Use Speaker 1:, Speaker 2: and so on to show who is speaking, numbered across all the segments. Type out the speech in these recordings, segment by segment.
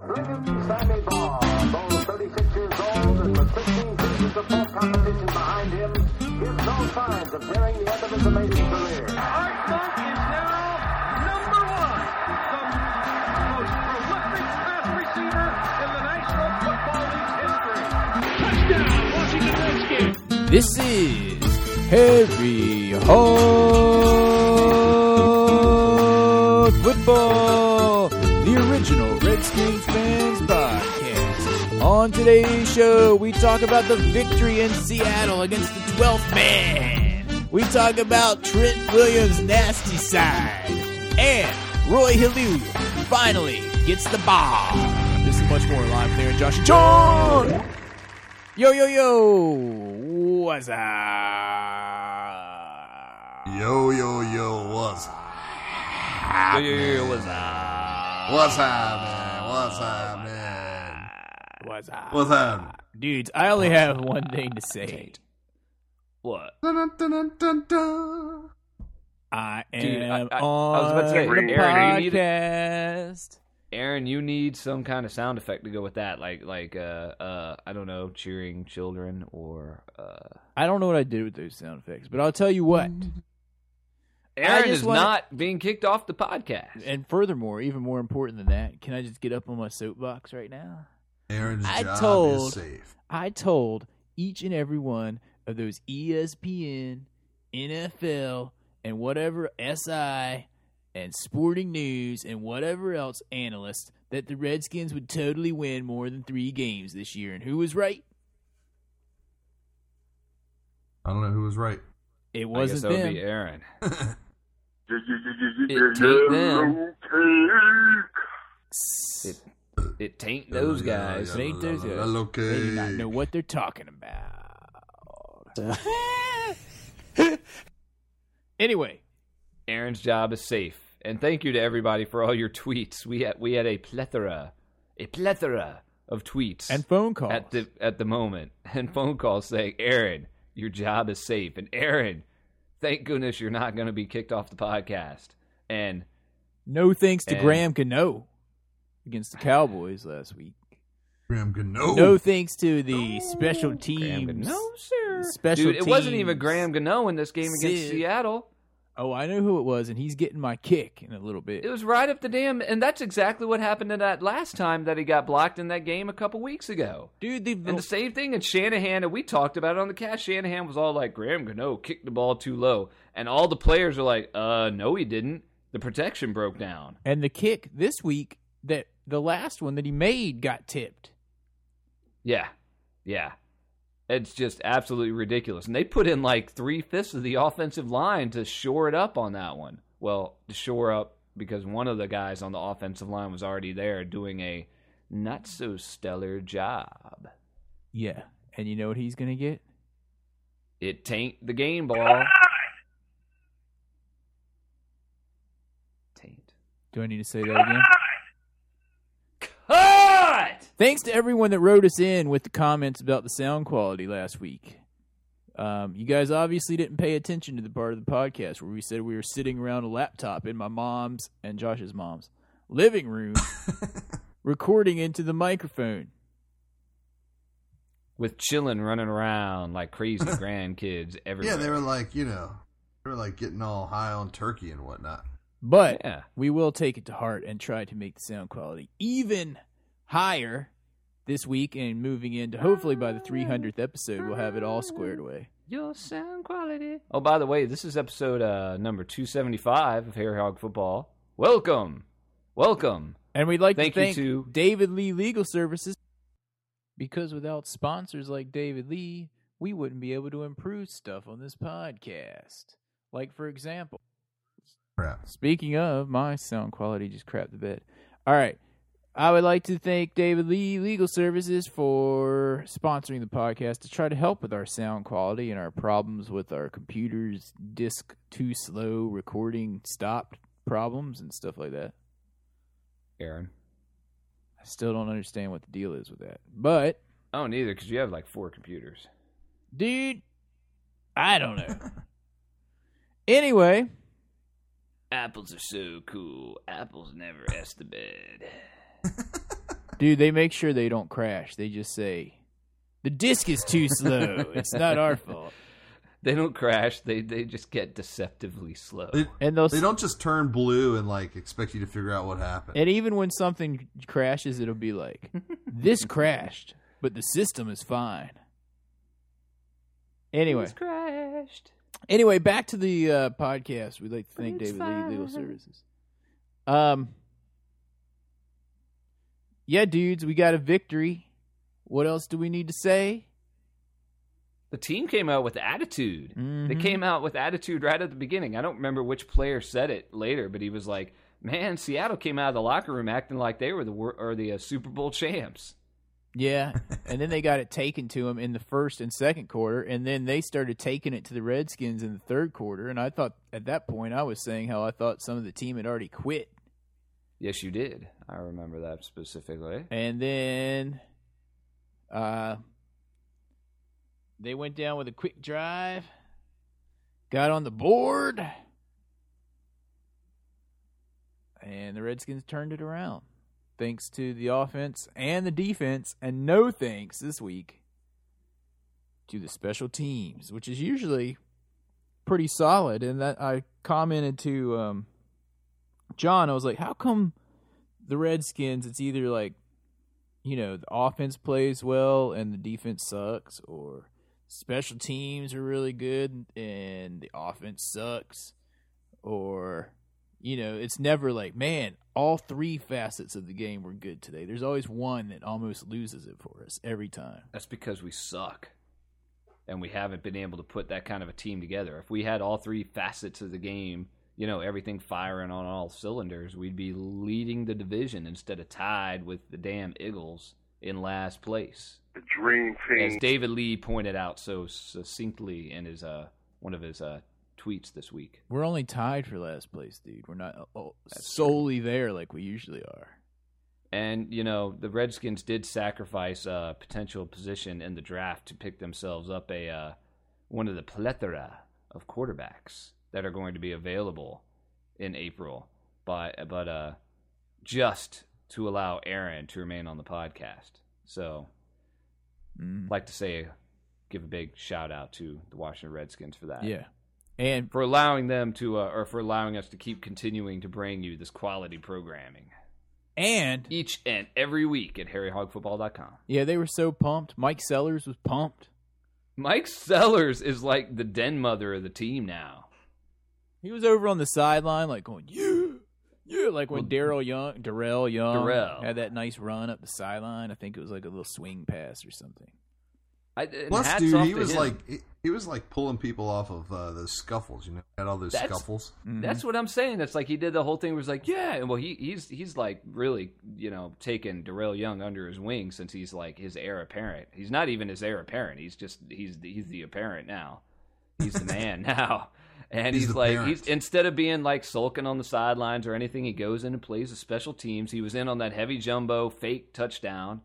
Speaker 1: William Sammy Barr, though 36 years old and with 15 seasons of full competition behind him, gives no signs of nearing the end of his amazing career.
Speaker 2: Art Monk is now number one, the most prolific pass receiver in the National Football League's history. Touchdown, Washington Redskins.
Speaker 3: This is Harry Hog Football, the original Redskins fans podcast. On today's show, we talk about the victory in Seattle against the 12th man. We talk about Trent Williams' nasty side. And Roy Hillou finally gets the ball. This is much more live there, Josh and John. Yo, yo, yo! What's up?
Speaker 4: Yo, yo, yo, what's
Speaker 3: Yo, yo, yo, what's up?
Speaker 4: what's happening? What's happening?
Speaker 3: What's up?
Speaker 4: What's happening?
Speaker 3: Dudes, I only have one thing to say. What?
Speaker 4: Dun, dun, dun, dun, dun, dun.
Speaker 3: I am
Speaker 5: Dude, I- I- I
Speaker 3: on
Speaker 5: was about to say,
Speaker 3: the
Speaker 5: Aaron, you need-
Speaker 3: podcast.
Speaker 5: Aaron, you need some kind of sound effect to go with that, like like uh uh I don't know, cheering children or uh
Speaker 3: I don't know what I did with those sound effects, but I'll tell you what.
Speaker 5: Aaron
Speaker 3: just
Speaker 5: is
Speaker 3: wanna-
Speaker 5: not being kicked off the podcast.
Speaker 3: And furthermore, even more important than that, can I just get up on my soapbox right now?
Speaker 4: Aaron's
Speaker 3: I
Speaker 4: job
Speaker 3: told-
Speaker 4: is safe.
Speaker 3: I told each and every one of those E ESPN, NFL, and whatever SI and Sporting News and whatever else analysts that the Redskins would totally win more than three games this year. And who was right?
Speaker 4: I don't know who was right.
Speaker 3: It
Speaker 5: I guess
Speaker 3: wasn't
Speaker 5: that would
Speaker 3: them.
Speaker 5: be Aaron.
Speaker 6: It them.
Speaker 5: It taint them. It, it taint those guys.
Speaker 3: Ain't those guys.
Speaker 4: Okay.
Speaker 3: They do not know what they're talking about. anyway,
Speaker 5: Aaron's job is safe. And thank you to everybody for all your tweets. We had we had a plethora, a plethora of tweets
Speaker 3: and phone calls.
Speaker 5: at the at the moment and phone calls saying, "Aaron, your job is safe." And Aaron, thank goodness you're not going to be kicked off the podcast. And
Speaker 3: no thanks to
Speaker 5: and-
Speaker 3: Graham Cano against the Cowboys last week.
Speaker 4: Graham Gano.
Speaker 3: No thanks to the special
Speaker 5: Graham
Speaker 3: teams.
Speaker 5: Gano, sir.
Speaker 3: Special
Speaker 5: Dude, it wasn't
Speaker 3: teams.
Speaker 5: even Graham Gano in this game against
Speaker 3: Sid.
Speaker 5: Seattle.
Speaker 3: Oh, I know who it was, and he's getting my kick in a little bit.
Speaker 5: It was right up the damn, and that's exactly what happened to that last time that he got blocked in that game a couple weeks ago.
Speaker 3: Dude, the,
Speaker 5: And the same thing in Shanahan, and we talked about it on the cast. Shanahan was all like, Graham Gano kicked the ball too low. And all the players are like, uh, no, he didn't. The protection broke down.
Speaker 3: and the kick this week that the last one that he made got tipped.
Speaker 5: Yeah. Yeah. It's just absolutely ridiculous. And they put in like three fifths of the offensive line to shore it up on that one. Well, to shore up because one of the guys on the offensive line was already there doing a not so stellar job.
Speaker 3: Yeah, and you know what he's gonna get?
Speaker 5: It taint the game ball. Taint.
Speaker 3: Do I need to say that again?
Speaker 5: Cut!
Speaker 3: Thanks to everyone that wrote us in with the comments about the sound quality last week. Um, you guys obviously didn't pay attention to the part of the podcast where we said we were sitting around a laptop in my mom's and Josh's mom's living room, recording into the microphone.
Speaker 5: With chillin' running around like crazy grandkids everywhere.
Speaker 4: Yeah, they were like, you know, they were like getting all high on turkey and whatnot.
Speaker 3: But
Speaker 5: Yeah.
Speaker 3: we will take it to heart and try to make the sound quality even higher this week and moving into hopefully by the 300th episode, we'll have it all squared away.
Speaker 5: Your sound quality. Oh, by the way, this is episode uh, number 275 of Hair Hog Football. Welcome. Welcome.
Speaker 3: And we'd like
Speaker 5: Thank
Speaker 3: to
Speaker 5: you
Speaker 3: thank
Speaker 5: to-
Speaker 3: David Lee Legal Services because without sponsors like David Lee, we wouldn't be able to improve stuff on this podcast. Like, for example,
Speaker 4: Crap.
Speaker 3: speaking of, my sound quality just crapped the bed. All right. I would like to thank David Lee Legal Services for sponsoring the podcast to try to help with our sound quality and our problems with our computers, disk too slow, recording stopped problems, and stuff like that.
Speaker 5: Aaron.
Speaker 3: I still don't understand what the deal is with that. But,
Speaker 5: I don't either because Oh, you have like four computers.
Speaker 3: dude, I don't know. anyway,
Speaker 5: Apples are so cool. Apples never S the bed.
Speaker 3: Dude, they make sure they don't crash. They just say, the disc is too slow. it's not our fault.
Speaker 5: They don't crash. They they just get deceptively slow.
Speaker 4: They,
Speaker 3: And they'll,
Speaker 4: they don't just turn blue and like expect you to figure out what happened.
Speaker 3: and even when something crashes, it'll be like, this crashed, but the system is fine. Anyway,
Speaker 5: It's crashed.
Speaker 3: Anyway, back to the uh, podcast. We'd like to thank David Lee Legal Services. Um, yeah, dudes, we got a victory. What else do we need to say?
Speaker 5: The team came out with attitude. They
Speaker 3: Mhm.
Speaker 5: came out with attitude right at the beginning. I don't remember which player said it later, but he was like, "Man, Seattle came out of the locker room acting like they were the wor- or the uh, Super Bowl champs."
Speaker 3: Yeah, and then they got it taken to them in the first and second quarter, and then they started taking it to the Redskins in the third quarter. And I thought at that point, I was saying how I thought some of the team had already quit,
Speaker 5: Yes, you did. I remember that specifically.
Speaker 3: and then, uh, they went down with a quick drive, got on the board, and the Redskins turned it around thanks to the offense and the defense, and no thanks this week to the special teams, which is usually pretty solid. And that I commented to um, John, I was like, how come the Redskins? It's either like you know the offense plays well and the defense sucks, or special teams are really good and the offense sucks, or you know it's never like man all three facets of the game were good today there's always one that almost loses it for us every time
Speaker 5: That's because we suck. And we haven't been able to put that kind of a team together. If we had all three facets of the game, you know, everything firing on all cylinders, we'd be leading the division instead of tied with the damn Eagles in last place.
Speaker 6: The dream
Speaker 5: As
Speaker 6: team.
Speaker 5: David Lee pointed out so succinctly in his uh, one of his uh, tweets this week.
Speaker 3: We're only tied for last place, dude. We're not uh, oh, solely there like we usually are.
Speaker 5: And you know the Redskins did sacrifice a potential position in the draft to pick themselves up a uh, one of the plethora of quarterbacks that are going to be available in April. By but uh, just to allow Aaron to remain on the podcast. So,
Speaker 3: Mm-hmm.
Speaker 5: I'd like to say, give a big shout out to the Washington Redskins for that.
Speaker 3: Yeah. And
Speaker 5: for allowing them to uh, or for allowing us to keep continuing to bring you this quality programming
Speaker 3: and
Speaker 5: each and every week at harryhogfootball.com.
Speaker 3: yeah, they were so pumped. Mike Sellers was pumped.
Speaker 5: Mike Sellers is like the den mother of the team now.
Speaker 3: He was over on the sideline like going, "Yeah." Yeah, like when Daryl Young, Darrell Young
Speaker 5: Darrell.
Speaker 3: had that nice run up the sideline. I think it was like a little swing pass or something.
Speaker 5: I, and
Speaker 4: Plus,
Speaker 5: hats
Speaker 4: dude,
Speaker 5: off
Speaker 4: he
Speaker 5: to
Speaker 4: was
Speaker 5: him.
Speaker 4: like he, he was like pulling people off of uh, those scuffles. You know, had all those
Speaker 5: That's-
Speaker 4: scuffles.
Speaker 5: That's what I'm saying. That's like he did the whole thing. Was like, yeah. And well, he he's he's like really, you know, taken Darrell Young under his wing since he's like his heir apparent. He's not even his heir apparent. He's just he's the- he's the apparent now. He's the man now. And
Speaker 4: He's
Speaker 5: he's,
Speaker 4: the
Speaker 5: like
Speaker 4: parent.
Speaker 5: he's instead of being like sulking on the sidelines or anything, he goes in and plays the special teams. He was in on that heavy jumbo fake touchdown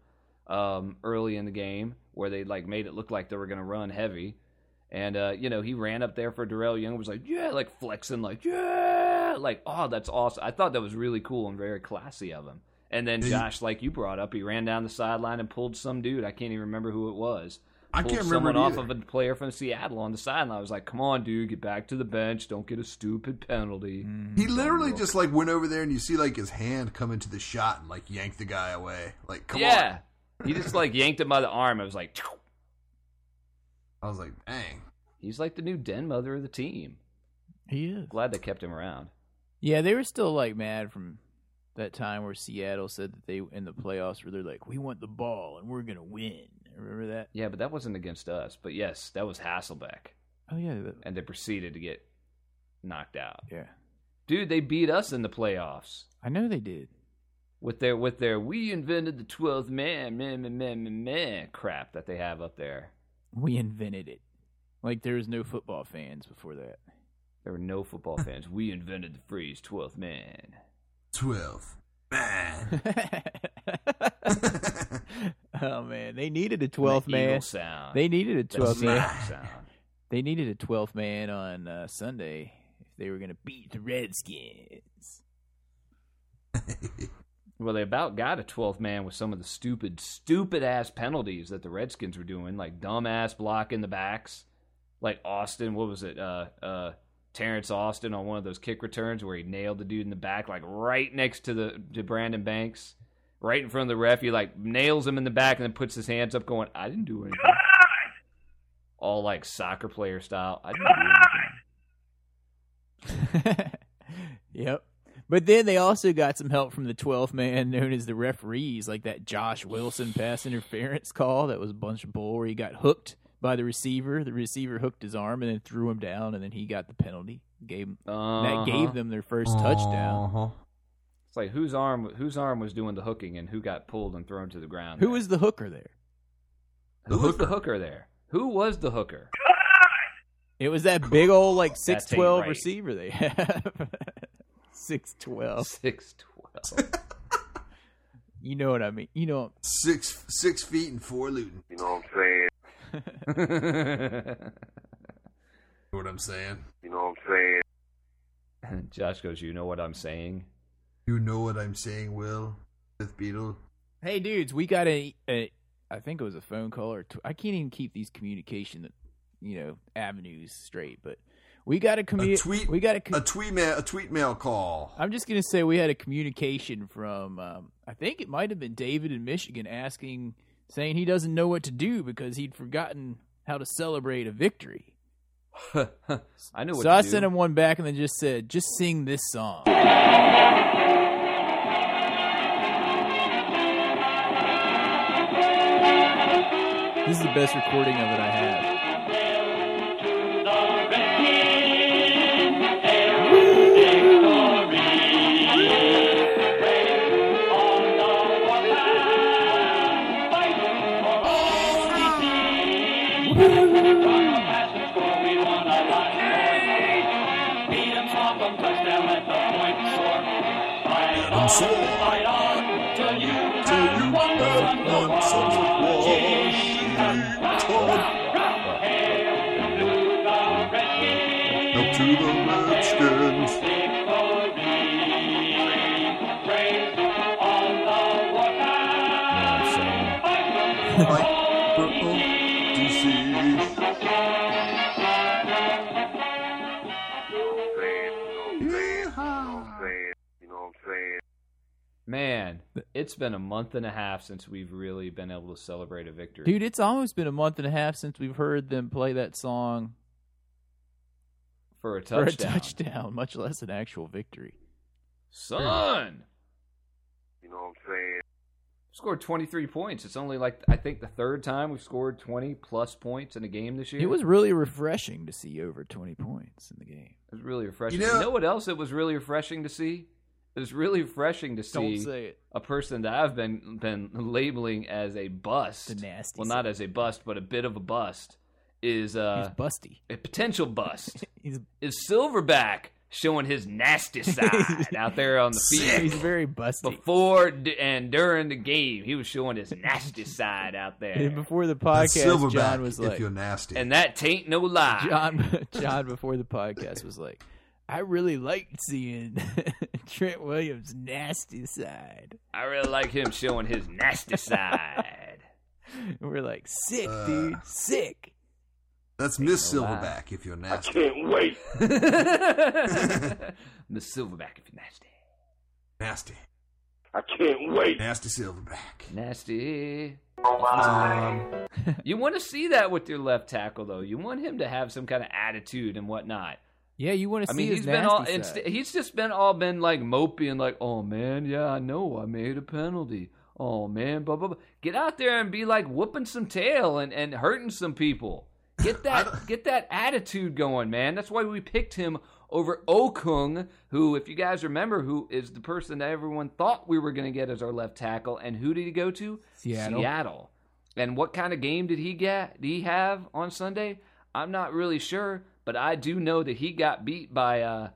Speaker 5: um, early in the game where they like made it look like they were going to run heavy. And uh, you know, he ran up there for Darrell Young, was like, yeah, like flexing, like yeah, like oh, that's awesome. I thought that was really cool and very classy of him. And then
Speaker 4: Did you-
Speaker 5: Josh, like you brought up, he ran down the sideline and pulled some dude. I can't even remember who it was.
Speaker 4: I
Speaker 5: pulled
Speaker 4: can't remember
Speaker 5: someone
Speaker 4: it
Speaker 5: off
Speaker 4: either.
Speaker 5: of a player from Seattle on the sideline. I was like, "Come on, dude, get back to the bench. Don't get a stupid penalty."
Speaker 3: Mm.
Speaker 4: He literally just like went over there and you see like his hand come into the shot and like yank the guy away. Like, come on.
Speaker 5: yeah, he just like yanked him by the arm. I was like, "Tchow."
Speaker 4: I was like, dang.
Speaker 5: "He's like the new den mother of the team."
Speaker 3: He is.
Speaker 5: Glad they kept him around.
Speaker 3: Yeah, they were still like mad from that time where Seattle said that they in the playoffs where they're like, "We want the ball and we're gonna win." Remember that?
Speaker 5: Yeah, but that wasn't against us. But yes, that was Hasselbeck,
Speaker 3: Oh yeah, that,
Speaker 5: and they proceeded to get knocked out.
Speaker 3: yeah.
Speaker 5: Dude, they beat us in the playoffs
Speaker 3: I know they did.
Speaker 5: with their with their "We invented the twelfth man, man, man, man, man, man" crap that they have up there.
Speaker 3: We invented it. Like there was no football fans before that.
Speaker 5: There were no football fans. We invented the phrase "12th man."
Speaker 4: 12. Man.
Speaker 3: oh man, they needed a
Speaker 5: And the
Speaker 3: 12th man.
Speaker 5: eagle Sound.
Speaker 3: They needed a
Speaker 5: That
Speaker 3: 12th man.
Speaker 5: smack sound.
Speaker 3: They needed a 12th man on uh, Sunday if they were going to beat the Redskins.
Speaker 5: Well, they about got a 12th man with some of the stupid, stupid ass penalties that the Redskins were doing, like dumb ass blocking the backs. Like Austin, what was it? Uh, uh, Terrence Austin on one of those kick returns where he nailed the dude in the back, like right next to the to Brandon Banks, right in front of the ref. He like nails him in the back and then puts his hands up, going, "I didn't do anything." All like soccer player style. I didn't do anything.
Speaker 3: yep. But then they also got some help from the 12th man known as the referees, like that Josh Wilson pass interference call that was a bunch of bull where he got hooked by the receiver. The receiver hooked his arm and then threw him down, and then he got the penalty. Gave him,
Speaker 5: Uh-huh.
Speaker 3: That gave them their 1st touchdown.
Speaker 5: It's like whose arm whose arm was doing the hooking and who got pulled and thrown to the ground.
Speaker 3: Who
Speaker 5: there?
Speaker 3: was the hooker there?
Speaker 5: who was the hooker there? Who was the hooker?
Speaker 3: It was that big old like six twelve
Speaker 5: right.
Speaker 3: receiver they have. six twelve.
Speaker 5: Six twelve.
Speaker 3: You know what I mean. You know
Speaker 4: Six six feet and four Luton.
Speaker 1: You know what I'm saying? You
Speaker 4: You know what I'm saying?
Speaker 1: know what I'm saying?
Speaker 5: Josh goes, "You know what I'm saying?"
Speaker 4: You know what I'm saying, Will? Fifth Beetle.
Speaker 3: Hey dudes, we got a, a I think it was a phone call or tw- I can't even keep these communication you know avenues straight, but we got a commu-
Speaker 4: A tweet.
Speaker 3: we got a, com-
Speaker 4: a tweet mail. A tweet mail call.
Speaker 3: I'm just going to say we had a communication from um, I think it might have been David in Michigan asking saying he doesn't know what to do because he'd forgotten how to celebrate a victory.
Speaker 5: I know what.
Speaker 3: so
Speaker 5: to
Speaker 3: I
Speaker 5: do.
Speaker 3: sent him one back and then just said, just sing this song. This is the best recording of it I have.
Speaker 4: I'm so fight on till you have won such a war. Up to the Redskins. Fight for ODC. Yeehaw.
Speaker 1: You know what I'm saying?
Speaker 5: Man, it's been a month and a half since we've really been able to celebrate a victory.
Speaker 3: Dude, it's almost been a month and a half since we've heard them play that song
Speaker 5: for a
Speaker 3: for
Speaker 5: touchdown,
Speaker 3: a touchdown, much less an actual victory.
Speaker 5: son
Speaker 1: You know what I'm saying?
Speaker 5: scored twenty three points. It's only like I think the third time we've scored twenty plus points in a game this year.
Speaker 3: It was really refreshing to see over 20 points in the game.
Speaker 5: It was really refreshing. You
Speaker 4: You
Speaker 5: know,
Speaker 4: know-
Speaker 5: what else it was really refreshing to see? It was really refreshing to see
Speaker 3: Don't say it.
Speaker 5: a person that I've been been labeling as a bust.
Speaker 3: The nasty
Speaker 5: Well, not as a bust, but a bit of a bust is uh,
Speaker 3: He's busty.
Speaker 5: a potential bust.
Speaker 3: He's,
Speaker 5: is Silverback showing his nasty side out there on the
Speaker 3: he's
Speaker 5: field?
Speaker 3: very busty.
Speaker 5: Before d- and during the game, he was showing his nasty side out
Speaker 3: And
Speaker 5: there,
Speaker 3: Before the
Speaker 4: That's
Speaker 3: podcast,
Speaker 4: Silverback
Speaker 3: John was
Speaker 4: if
Speaker 3: like,
Speaker 4: you're nasty.
Speaker 5: and that tain't no lie.
Speaker 3: John John before the podcast was like, I really liked seeing Trent Williams' nasty side.
Speaker 5: I really like him showing his nasty side.
Speaker 3: And we're like, sick,
Speaker 4: Uh.
Speaker 3: dude, sick.
Speaker 4: That's Miss
Speaker 5: no lie.
Speaker 4: Silverback if you're nasty.
Speaker 1: Can't wait.
Speaker 5: the silverback if you're nasty.
Speaker 4: Nasty.
Speaker 1: I can't wait.
Speaker 4: Nasty Silverback.
Speaker 5: Nasty.
Speaker 4: Um,
Speaker 5: You want to see that with your left tackle, though. You want him to have some kind of attitude and whatnot.
Speaker 3: Yeah, you want to
Speaker 5: I
Speaker 3: see
Speaker 5: mean,
Speaker 3: his
Speaker 5: he's
Speaker 3: nasty
Speaker 5: been all
Speaker 3: side.
Speaker 5: inst- he's just been all been like mopey and like, oh man, yeah, I know I made a penalty. Oh man, blah blah blah. Get out there and be like whooping some tail and, and hurting some people. Get that get that attitude going, man. That's why we picked him over Okung, who, if you guys remember, who is the person that everyone thought we were going to get as our left tackle, and who did he go to?
Speaker 3: Seattle.
Speaker 5: Seattle. And what kind of game did he get? Did he have on Sunday? I'm not really sure, but I do know that he got beat by. Uh,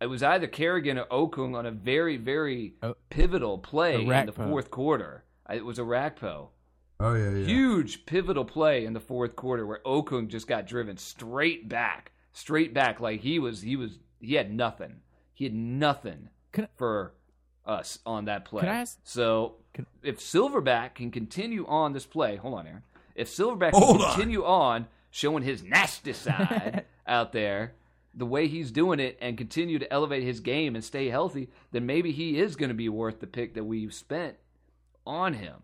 Speaker 5: it was either Kerrigan or Okung on a very, very
Speaker 3: Oh.
Speaker 5: pivotal play
Speaker 3: A
Speaker 5: in the
Speaker 3: Rakpo.
Speaker 5: fourth quarter. I- It was a Rakpo.
Speaker 4: oh yeah, yeah.
Speaker 5: Huge pivotal play in the fourth quarter where Okung just got driven straight back, straight back. Like he was, he was, he had nothing. He had nothing
Speaker 3: Can I-
Speaker 5: for us on that play.
Speaker 3: Can I ask-
Speaker 5: so
Speaker 3: Can-
Speaker 5: if Silverback can continue on this play, hold on, Aaron. If Silverback
Speaker 4: Hold
Speaker 5: can
Speaker 4: on.
Speaker 5: continue on showing his nasty side out there, the way he's doing it, and continue to elevate his game and stay healthy, then maybe he is going to be worth the pick that we've spent on him.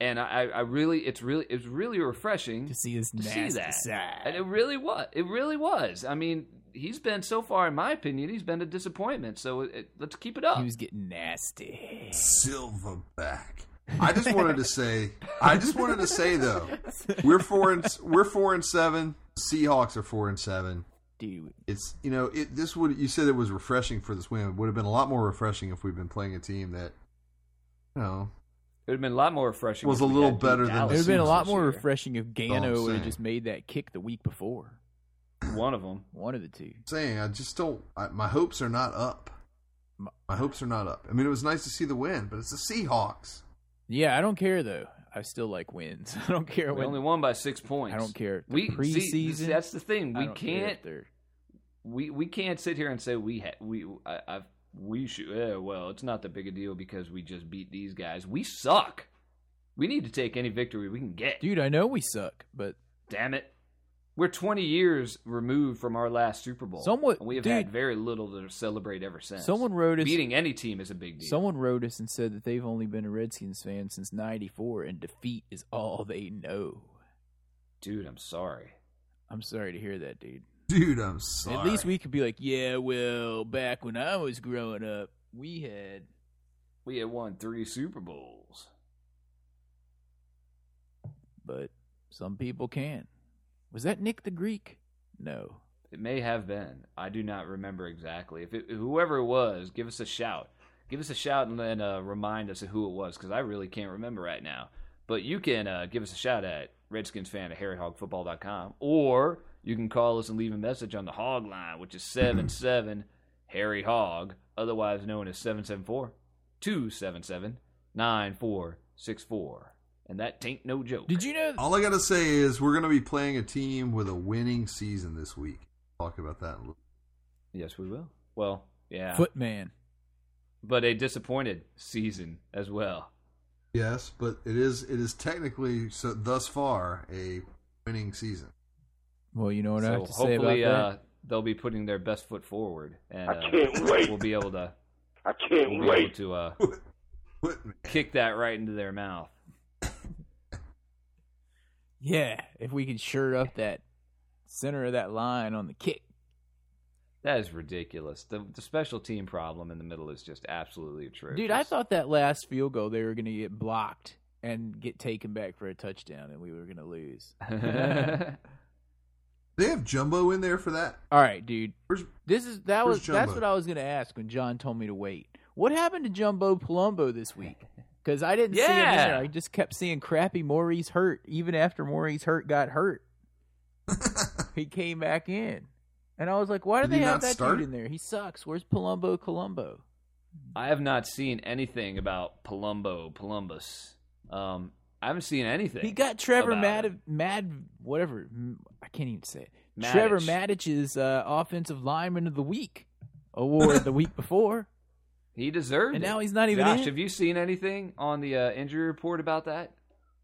Speaker 5: And I, I I really, it's really, it's really refreshing
Speaker 3: to see his
Speaker 5: to
Speaker 3: nasty
Speaker 5: see that.
Speaker 3: side.
Speaker 5: And it really was. It really was. I mean, he's been so far, in my opinion, he's been a disappointment. So it, it- let's keep it up.
Speaker 3: He was getting nasty.
Speaker 4: Silverback. I just wanted to say. I just wanted to say though, we're four and we're four and seven. Seahawks are four and seven.
Speaker 3: Dude,
Speaker 4: It's you know it. This would you said it was refreshing for this win. It would have been a lot more refreshing if we've been playing a team that, you know,
Speaker 5: it would have been a lot more refreshing.
Speaker 4: Was
Speaker 5: if
Speaker 4: a
Speaker 5: we
Speaker 4: little
Speaker 5: had beat
Speaker 4: better than
Speaker 5: Dallas
Speaker 3: it would have been a
Speaker 4: Seahawks
Speaker 3: lot
Speaker 5: this
Speaker 3: more
Speaker 5: year.
Speaker 3: refreshing if
Speaker 4: That's
Speaker 3: Gano
Speaker 4: all I'm
Speaker 3: would have
Speaker 4: saying.
Speaker 3: just made that kick the week before.
Speaker 5: One of them.
Speaker 3: One of the two.
Speaker 4: saying I just don't. I, my hopes are not up.
Speaker 3: My-
Speaker 4: My hopes are not up. I mean, it was nice to see the win, but it's the Seahawks.
Speaker 3: Yeah, I don't care though. I still like wins. I don't care
Speaker 5: We
Speaker 3: when.
Speaker 5: only won by six points.
Speaker 3: I don't care. The
Speaker 5: We see,
Speaker 3: preseason.
Speaker 5: this- that's the thing.
Speaker 3: I
Speaker 5: We
Speaker 3: don't care if
Speaker 5: can't.
Speaker 3: they're-
Speaker 5: We we can't sit here and say we ha- we I, I we should. eh, well, it's not that big a deal because we just beat these guys. We suck. We need to take any victory we can get.
Speaker 3: Dude, I know we suck, but
Speaker 5: Damn it. We're 20 years removed from our last Super Bowl.
Speaker 3: Someone-
Speaker 5: and we have
Speaker 3: dude.
Speaker 5: had very little to celebrate ever since.
Speaker 3: someone wrote us.
Speaker 5: beating any team is a big deal.
Speaker 3: Someone wrote us and said that they've only been a Redskins fan since '94, and defeat is all they know.
Speaker 5: Dude, I'm sorry.
Speaker 3: I'm sorry to hear that, dude.
Speaker 4: Dude, I'm sorry.
Speaker 3: At least we could be like, yeah, well, back when I was growing up, we had.
Speaker 5: We had won 3 Super Bowls.
Speaker 3: But some people can. Was that Nick the Greek? No.
Speaker 5: It may have been. I do not remember exactly. If it, whoever it was, give us a shout. Give us a shout and then uh, remind us of who it was because I really can't remember right now. But you can uh, give us a shout at RedskinsFan at HarryHogFootball.com or you can call us and leave a message on the Hog line, which is 77 Harry Hog, otherwise known as 774 277 9464. And that tain't no joke.
Speaker 3: Did you know?
Speaker 5: Oh,
Speaker 4: All I gotta say is we're gonna be playing a team with a winning season this week. Talk about that. in a little-
Speaker 5: Yes, we will. Well, yeah.
Speaker 3: Footman.
Speaker 5: but a disappointed season as well.
Speaker 4: Yes, but it is it is technically so thus far a winning season.
Speaker 3: Well, you know what I
Speaker 5: so
Speaker 3: have to say about
Speaker 5: hopefully
Speaker 3: that.
Speaker 5: uh, they'll be putting their best foot forward, and
Speaker 2: I
Speaker 5: uh,
Speaker 2: can't wait.
Speaker 5: we'll be able to
Speaker 2: I
Speaker 5: we'll
Speaker 2: can't
Speaker 5: be able to uh,
Speaker 4: Put me-
Speaker 5: kick that right into their mouth.
Speaker 3: yeah, if we could shirt up that center of that line on the kick.
Speaker 5: That is ridiculous. The, the special team problem in the middle is just absolutely atrocious.
Speaker 3: Dude, I thought that last field goal they were going to get blocked and get taken back for a touchdown and we were going to lose.
Speaker 4: They have Jumbo in there for that.
Speaker 3: All right, dude.
Speaker 4: Where's-
Speaker 3: This is that
Speaker 4: where's
Speaker 3: was that's
Speaker 4: Jumbo?
Speaker 3: what I was going to ask when John told me to wait. What happened to Jumbo Palumbo this week? Because I didn't see him in there.
Speaker 5: Yeah.
Speaker 3: I just kept seeing crappy Maurice hurt. Even after Maurice hurt got hurt, he came back in, and I was like, "Why do
Speaker 4: Did
Speaker 3: they
Speaker 4: he
Speaker 3: have
Speaker 4: not
Speaker 3: that
Speaker 4: start?
Speaker 3: dude in there? He sucks. Where's Palumbo Columbo?
Speaker 5: I have not seen anything about Palumbo Palumbus. Um, I haven't seen anything.
Speaker 3: He got Trevor
Speaker 5: about
Speaker 3: Mad
Speaker 5: him.
Speaker 3: Mad whatever. M- I can't even say it.
Speaker 5: Maddich.
Speaker 3: Trevor Maddich's uh, offensive lineman of the week award the week before,
Speaker 5: He deserved
Speaker 3: and
Speaker 5: it.
Speaker 3: now he's not even
Speaker 5: Josh,
Speaker 3: in.
Speaker 5: have you seen anything on the uh, injury report about that?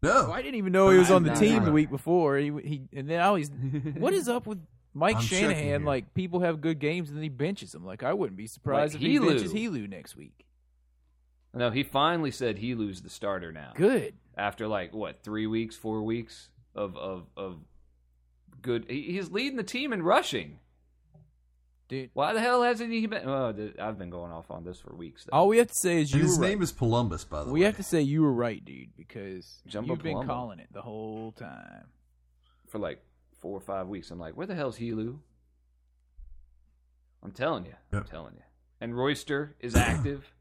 Speaker 4: No,
Speaker 3: Oh, I didn't even know he was
Speaker 4: I'm
Speaker 3: on the
Speaker 4: not
Speaker 3: team
Speaker 4: sure.
Speaker 3: the week before. He, he and then I always, what is up with Mike
Speaker 4: I'm checking
Speaker 3: Shanahan?
Speaker 4: here.
Speaker 3: Like people have good games and then he benches them. Like I wouldn't be surprised
Speaker 5: Like
Speaker 3: if he
Speaker 5: Helu.
Speaker 3: benches Helu next week.
Speaker 5: No, he finally said he lose the starter now.
Speaker 3: Good.
Speaker 5: after like what three weeks, four weeks of of of good. he- He's leading the team in rushing.
Speaker 3: Dude.
Speaker 5: Why the hell hasn't he been? Oh, th- I've been going off on this for weeks. Though.
Speaker 3: All we have to say is
Speaker 4: And
Speaker 3: you
Speaker 4: his
Speaker 3: were
Speaker 4: name
Speaker 3: right.
Speaker 4: is Columbus, by the
Speaker 3: We
Speaker 4: way.
Speaker 3: have to say you were right, dude, because
Speaker 5: Jumbo
Speaker 3: you've been
Speaker 5: Palumbo.
Speaker 3: calling it the whole time.
Speaker 5: for like four or five weeks. I'm like, where the hell's Helu? I'm telling you, I'm
Speaker 4: Yep.
Speaker 5: telling you. And Royster is active.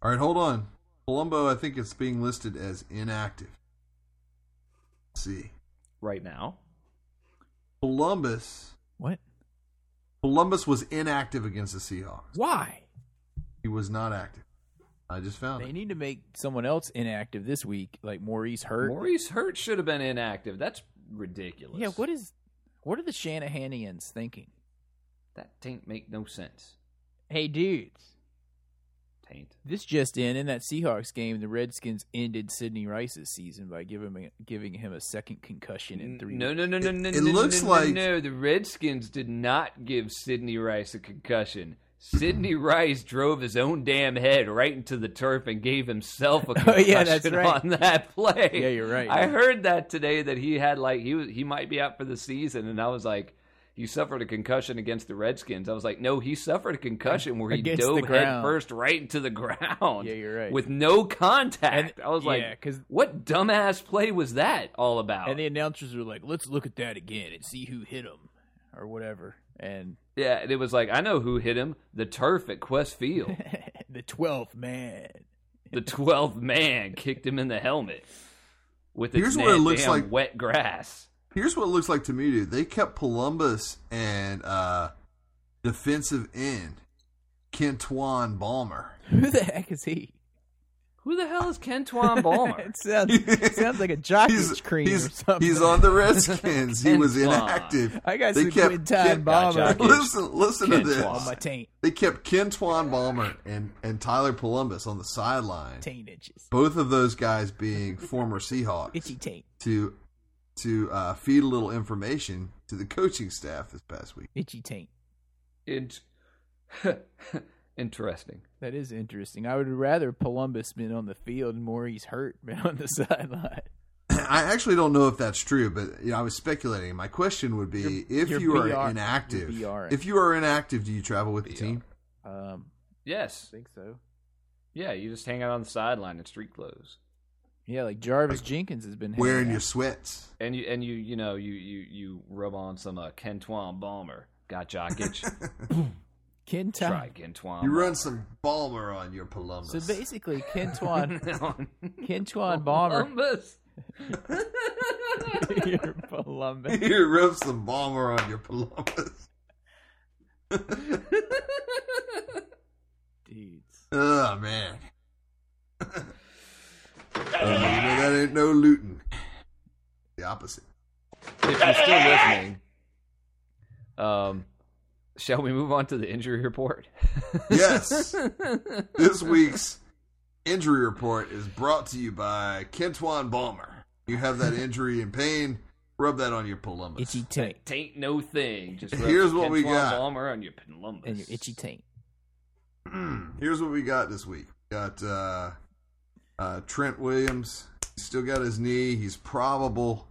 Speaker 4: All right, hold on. Palumbo, I think it's being listed as inactive. Let's see,
Speaker 5: right now.
Speaker 4: Columbus.
Speaker 3: What?
Speaker 4: Columbus was inactive against the Seahawks.
Speaker 3: Why?
Speaker 4: He was not active. I just found
Speaker 3: They
Speaker 4: it.
Speaker 3: need to make someone else inactive this week, like Maurice Hurt.
Speaker 5: Maurice Hurt should have been inactive. That's ridiculous.
Speaker 3: Yeah, what is? What are the Shanahanians thinking?
Speaker 5: That taint make no sense.
Speaker 3: Hey, dudes,
Speaker 5: paint.
Speaker 3: This just in: in that Seahawks game, the Redskins ended Sidney Rice's season by giving him giving him a second concussion in three.
Speaker 5: No, no, no, no, no.
Speaker 4: It-
Speaker 5: no,
Speaker 4: it
Speaker 5: no,
Speaker 4: looks
Speaker 5: no,
Speaker 4: like-
Speaker 5: no. The Redskins did not give Sidney Rice a concussion. Sidney Rice drove his own damn head right into the turf and gave himself a
Speaker 3: Oh,
Speaker 5: concussion
Speaker 3: yeah, that's right.
Speaker 5: on that play.
Speaker 3: Yeah, you're right.
Speaker 5: I heard that today that he had like he was he might be out for the season, and I was like. He suffered a concussion against the Redskins. I was like, no, he suffered a concussion where he
Speaker 3: Against the
Speaker 5: dove head
Speaker 3: ground.
Speaker 5: first right into the ground.
Speaker 3: Yeah, you're right.
Speaker 5: With no contact.
Speaker 3: And-
Speaker 5: I was
Speaker 3: yeah,
Speaker 5: like,
Speaker 3: 'cause-
Speaker 5: what dumbass play was that all about?
Speaker 3: And the announcers were like, "Let's look at that again and see who hit him, or whatever." And
Speaker 5: Yeah, and it was like I know who hit him: the turf at Quest Field.
Speaker 3: the twelfth man.
Speaker 5: the twelfth man kicked him in the helmet with its
Speaker 4: Here's what
Speaker 5: na-
Speaker 4: it looks
Speaker 5: damn
Speaker 4: like.
Speaker 5: wet grass.
Speaker 4: Here's what it looks like to me, dude. They kept Columbus and uh, defensive end Kentwan Balmer.
Speaker 3: Who the heck is he?
Speaker 5: Who the hell is Kentwan Balmer?
Speaker 3: it sounds it sounds like a jockey's
Speaker 4: He's,
Speaker 3: cream or
Speaker 4: he's,
Speaker 3: something.
Speaker 4: he's on the Redskins. he was
Speaker 5: Kentwan.
Speaker 4: inactive.
Speaker 3: I got
Speaker 4: They
Speaker 3: some
Speaker 4: kept
Speaker 3: Quinton
Speaker 4: Kent-
Speaker 3: Bomber
Speaker 5: Gotcha.
Speaker 4: Listen, listen to this.
Speaker 5: Kentwan.
Speaker 3: on my taint,
Speaker 4: They kept Kentwan Balmer and, and Tyler Columbus on the sideline.
Speaker 3: taint itches,
Speaker 4: Both of those guys being former Seahawks.
Speaker 3: itchy taint,
Speaker 4: to to uh, feed a little information to the coaching staff this past week.
Speaker 3: itchy taint.
Speaker 5: Int- Interesting.
Speaker 3: That is interesting. I would rather Columbus been on the field and Maurice Hurt been on the sideline.
Speaker 4: I actually don't know if that's true, but you know, I was speculating. My question would be:
Speaker 3: Your-
Speaker 4: if
Speaker 3: your
Speaker 4: you are
Speaker 3: BR
Speaker 4: inactive,
Speaker 3: your BR.
Speaker 4: if you are inactive, do you travel with the team?
Speaker 3: Um, I
Speaker 5: Yes.
Speaker 3: think so.
Speaker 5: Yeah, you just hang out on the sideline in street clothes,
Speaker 3: Yeah, like Jarvis Jenkins has been hanging
Speaker 4: Wearing
Speaker 3: out.
Speaker 4: your sweats,
Speaker 5: and you and you you know you you you rub on some uh, Kentwan Balmer. Got jockage.
Speaker 3: Ken
Speaker 5: Try
Speaker 3: Twan.
Speaker 5: Kentwan.
Speaker 4: you run some Balmer on your Columbus.
Speaker 3: Um, So basically, Ken Twan,
Speaker 5: Balmer.
Speaker 3: Ken Twan Bomber,
Speaker 5: Columbus.
Speaker 3: your Columbus.
Speaker 4: you rub some Balmer on your Columbus.
Speaker 3: dudes.
Speaker 4: Oh man, Oh, you know, that ain't no looting. The opposite.
Speaker 5: if you're still listening, um, shall we move on to the injury report?
Speaker 4: Yes. this week's injury report is brought to you by Kentwan Balmer. You have that injury and pain, rub that on your Columbus.
Speaker 3: Itchy taint
Speaker 5: Taint no thing. Just rub
Speaker 4: Here's
Speaker 5: some
Speaker 4: what we
Speaker 5: Kentwan
Speaker 4: got.
Speaker 5: Balmer on your Columbus.
Speaker 3: and your itchy taint.
Speaker 4: Hmm. Here's what we got this week. We got uh, uh, Trent Williams. He's still got his knee. He's probable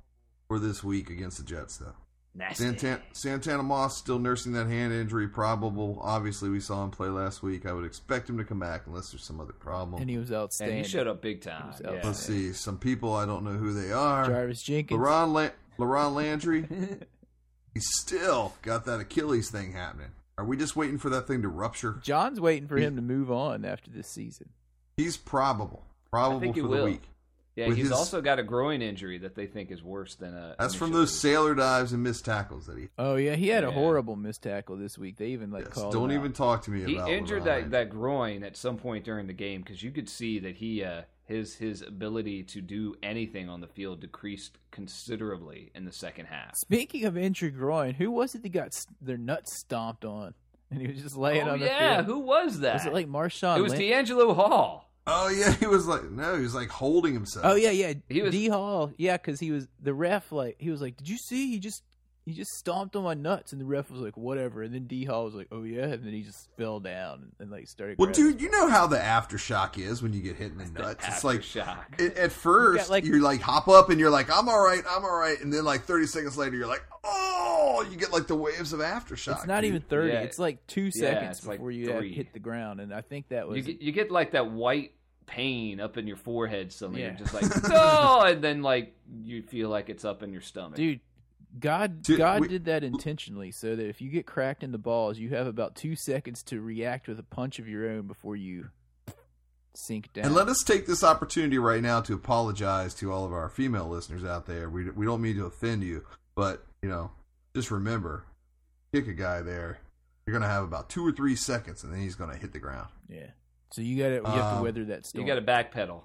Speaker 4: for this week against the Jets, though.
Speaker 5: Nasty.
Speaker 4: Santana, Santana Moss still nursing that hand injury, probable. Obviously, we saw him play last week. I would expect him to come back unless there's some other problem.
Speaker 3: And he was
Speaker 5: And
Speaker 3: outstanding.
Speaker 5: he showed up big time.
Speaker 3: was
Speaker 5: Yeah.
Speaker 4: Let's see. Some people I don't know who they are.
Speaker 3: Jarvis Jenkins.
Speaker 4: LaRon, La- LaRon Landry, he's still got that Achilles thing happening. Are we just waiting for that thing to rupture?
Speaker 3: John's waiting for him to move on after this season.
Speaker 4: He's probable. Probable
Speaker 5: I think he
Speaker 4: for
Speaker 5: will.
Speaker 4: the week.
Speaker 5: Yeah,
Speaker 4: With
Speaker 5: he's
Speaker 4: his-
Speaker 5: also got a groin injury that they think is worse than a.
Speaker 4: That's from
Speaker 5: initially-
Speaker 4: those sailor dives and missed tackles that he
Speaker 3: Oh yeah, he had a
Speaker 5: Yeah.
Speaker 3: horrible missed tackle this week. They even like
Speaker 4: yes,
Speaker 3: called.
Speaker 4: Don't
Speaker 3: him
Speaker 4: even
Speaker 3: out.
Speaker 4: talk to me
Speaker 5: He
Speaker 4: about
Speaker 5: injured
Speaker 4: LaRon
Speaker 5: that,
Speaker 4: Landry.
Speaker 5: that groin at some point during the game because you could see that he uh, his his ability to do anything on the field decreased considerably in the second half.
Speaker 3: Speaking of injured groin, who was it that got s- their nuts stomped on? And he was just laying
Speaker 5: Oh
Speaker 3: on the
Speaker 5: yeah,
Speaker 3: field.
Speaker 5: who was that?
Speaker 3: was it like Marshawn?
Speaker 5: It was
Speaker 3: Lynch?
Speaker 5: D'Angelo Hall.
Speaker 4: Oh yeah, he was like no, he was like holding himself.
Speaker 3: Oh yeah, yeah.
Speaker 5: He was-
Speaker 3: D Hall. Yeah, because he was the ref. Like he was like, "Did you see? He just he just stomped on my nuts." And the ref was like, "Whatever." And then D Hall was like, "Oh yeah," and then he just fell down and, and like started.
Speaker 4: Well,
Speaker 3: grabbing-
Speaker 4: dude, you know how the aftershock is when you get hit in the nuts. It's like
Speaker 5: Aftershock.
Speaker 4: it, at first
Speaker 3: got, like-
Speaker 4: you're like hop up and you're like I'm all right, I'm all right, and then like 30 seconds later you're like oh, you get like the waves of aftershock.
Speaker 3: it's not
Speaker 4: dude.
Speaker 3: even thirty.
Speaker 5: Yeah.
Speaker 3: It's like two
Speaker 5: Yeah,
Speaker 3: seconds
Speaker 5: it's like
Speaker 3: before you have
Speaker 5: three.
Speaker 3: hit the ground, and I think that was
Speaker 5: you get, you get like that white pain up in your forehead suddenly.
Speaker 3: Yeah.
Speaker 5: You're just like, no, and then like you feel like it's up in your stomach.
Speaker 3: dude. God,
Speaker 4: Dude,
Speaker 3: God
Speaker 4: we-
Speaker 3: did that intentionally, so that if you get cracked in the balls, you have about two seconds to react with a punch of your own before you sink down.
Speaker 4: And let us take this opportunity right now to apologize to all of our female listeners out there. We we don't mean to offend you, but you know, just remember, kick a guy there. You're gonna have about two or three seconds, and then he's gonna hit the ground.
Speaker 3: yeah, so you got to you have to
Speaker 4: Um,
Speaker 3: weather that storm.
Speaker 5: you got to backpedal.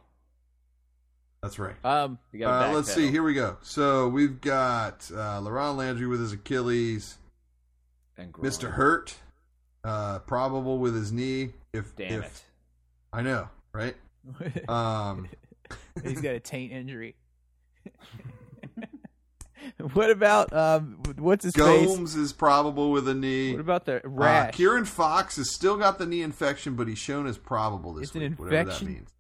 Speaker 4: That's right.
Speaker 3: um,
Speaker 5: You
Speaker 4: All
Speaker 5: got
Speaker 4: right, Uh, let's see. Here we go. So we've got uh, LaRon Landry with his Achilles,
Speaker 5: and groin.
Speaker 4: Mr. Hurt, uh, probable with his knee. If
Speaker 5: Damn
Speaker 4: if
Speaker 5: it.
Speaker 4: I know, right? Um,
Speaker 3: He's got a taint injury. what about um? What's his face?
Speaker 4: Gomes is probable with a knee.
Speaker 3: What about the
Speaker 4: Uh,
Speaker 3: rash?
Speaker 4: Kieran Fox has still got the knee infection, but he's shown as probable this
Speaker 3: It's an
Speaker 4: week, whatever that
Speaker 3: infection?
Speaker 4: means.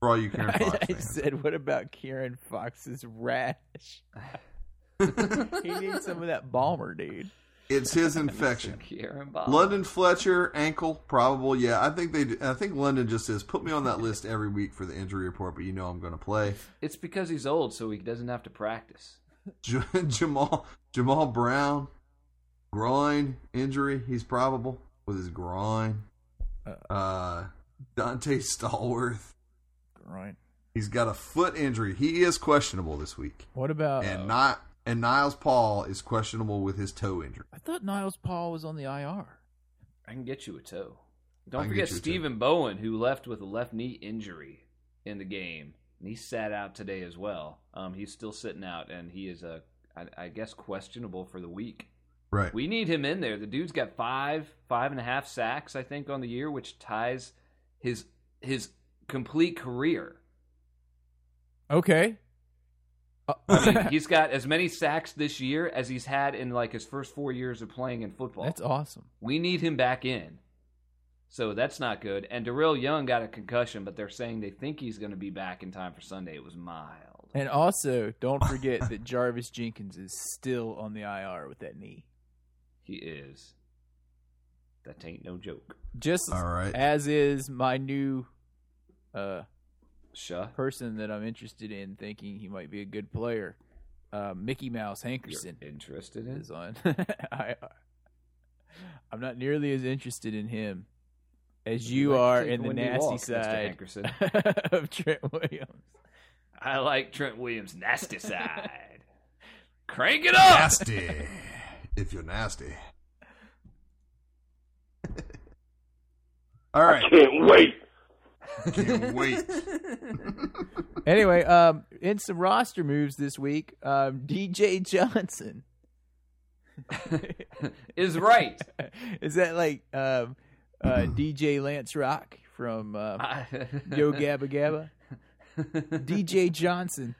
Speaker 4: For all you Kieran
Speaker 3: I,
Speaker 4: Fox
Speaker 3: I
Speaker 4: fans.
Speaker 3: said, what about Kieran Fox's rash? he needs some of that Balmer, dude.
Speaker 4: It's his infection.
Speaker 5: Kieran Bob.
Speaker 4: London Fletcher ankle probable. Yeah, I think they. do- I think London just says put me on that list every week for the injury report, but you know I'm going to play.
Speaker 5: It's because he's old, so he doesn't have to practice.
Speaker 4: J- Jamal Jamal Brown groin injury. He's probable with his groin. Uh, Dante Stallworth.
Speaker 3: Right.
Speaker 4: He's got a foot injury. He is questionable this week,
Speaker 3: What about? uh,
Speaker 4: and not and Niles Paul is questionable with his toe injury.
Speaker 3: I thought Niles Paul was on the IR.
Speaker 5: I can get you a toe.
Speaker 4: I
Speaker 5: Don't
Speaker 4: can
Speaker 5: forget
Speaker 4: get you a toe.
Speaker 5: Stephen Bowen, who left with a left knee injury in the game, and he sat out today as well. Um, he's still sitting out, and he is a, I, I guess, questionable for the week.
Speaker 4: Right.
Speaker 5: We need him in there. The dude's got five, five and a half sacks, I think, on the year, which ties his his complete career.
Speaker 3: Okay. Uh,
Speaker 5: I mean, he's got as many sacks this year as he's had in like his first four years of playing in football.
Speaker 3: that's awesome.
Speaker 5: We need him back in. So that's not good. And Darrell Young got a concussion, but they're saying they think he's going to be back in time for Sunday. It was mild.
Speaker 3: And also, don't forget that Jarvis Jenkins is still on the IR with that knee.
Speaker 5: He is. That ain't no joke.
Speaker 3: Just
Speaker 4: All right.
Speaker 3: as is my new uh,
Speaker 5: Shuh.
Speaker 3: person that I'm interested in, thinking he might be a good player. Uh, Mickey Mouse Hankerson
Speaker 5: You're interested in?
Speaker 3: is on. I, I'm not nearly as interested in him as you
Speaker 5: like to
Speaker 3: are
Speaker 5: take
Speaker 3: in
Speaker 5: a
Speaker 3: the
Speaker 5: windy
Speaker 3: nasty
Speaker 5: walk, Mr.
Speaker 3: side
Speaker 5: Hankerson.
Speaker 3: of Trent Williams.
Speaker 5: I like Trent Williams' nasty side. Crank it up!
Speaker 4: nasty. if you're nasty. All right.
Speaker 6: Can't wait.
Speaker 4: Can't wait.
Speaker 3: Anyway, um, in some roster moves this week, um, DJ Johnson.
Speaker 5: Is right.
Speaker 3: Is that like um, uh, DJ Lance Rock from uh, Yo Gabba Gabba? DJ Johnson,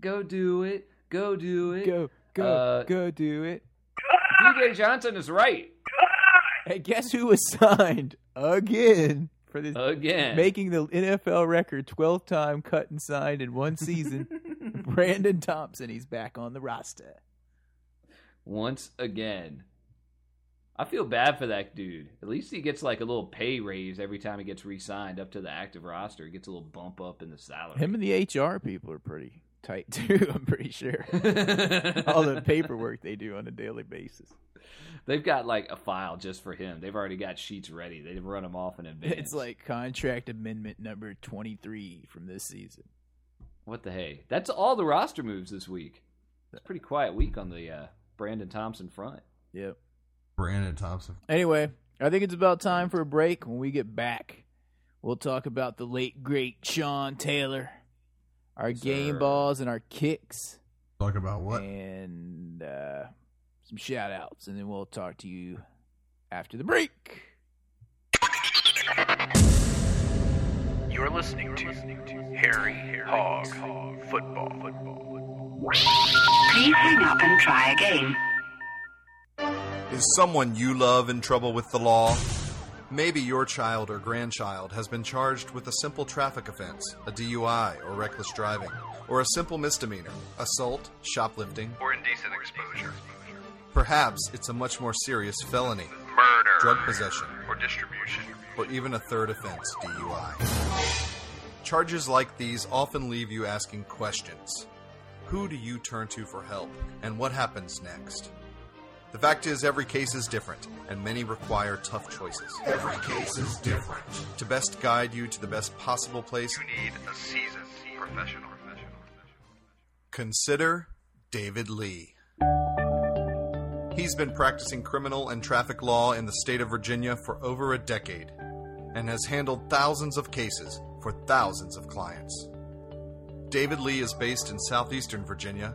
Speaker 5: Go do it. Go do it.
Speaker 3: go go
Speaker 5: Uh,
Speaker 3: go do it.
Speaker 5: DJ Johnson is right.
Speaker 3: And guess who was signed again for this,
Speaker 5: Again.
Speaker 3: making the NFL record twelfth time cut and signed in one season? Brandon Thompson, he's back on the roster.
Speaker 5: once again. I feel bad for that dude. At least he gets like a little pay raise every time he gets re-signed up to the active roster. He gets a little bump up in the salary.
Speaker 3: Him and the HR people are pretty tight too. I'm pretty sure. all the paperwork they do on a daily basis.
Speaker 5: They've got like a file just for him. They've already got sheets ready. They've run him off in advance.
Speaker 3: It's like contract amendment number 23 from this season.
Speaker 5: what the hey? That's all the roster moves this week. It's a pretty quiet week on the uh, Brandon Thompson front.
Speaker 3: Yep.
Speaker 4: Brandon Thompson.
Speaker 3: Anyway, I think it's about time for a break. When we get back, we'll talk about the late great Sean Taylor, our game
Speaker 5: Sir.
Speaker 3: balls and our kicks,
Speaker 4: Talk about what?
Speaker 3: and uh, some shout outs, and then we'll talk to you after the break.
Speaker 7: You're listening to Harry Hog Football. Football.
Speaker 8: Please hang up and try again.
Speaker 4: Is someone you love in trouble with the law? Maybe your child or grandchild has been charged with a simple traffic offense, a DUI or reckless driving, or a simple misdemeanor, assault, shoplifting.
Speaker 7: Or indecent exposure.
Speaker 4: Perhaps it's a much more serious felony,
Speaker 7: Murder.
Speaker 4: drug possession,
Speaker 7: Or distribution.
Speaker 4: or even a third offense, DUI. Charges like these often leave you asking questions Who do you turn to for help, and what happens next? The fact is, every case is different, and many require tough choices. Every case is different. To best guide you to the best possible place,
Speaker 7: You need a seasoned professional.
Speaker 4: Consider David Lee. He's been practicing criminal and traffic law in the state of Virginia for over a decade and has handled thousands of cases for thousands of clients. David Lee is based in southeastern Virginia,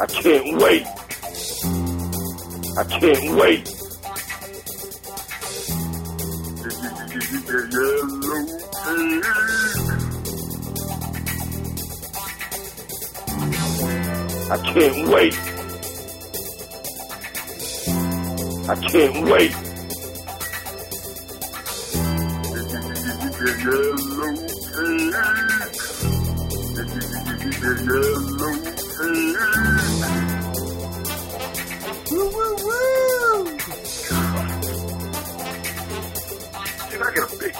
Speaker 9: I can't wait. I can't wait. I can't wait. I can't wait.
Speaker 1: Can I get a big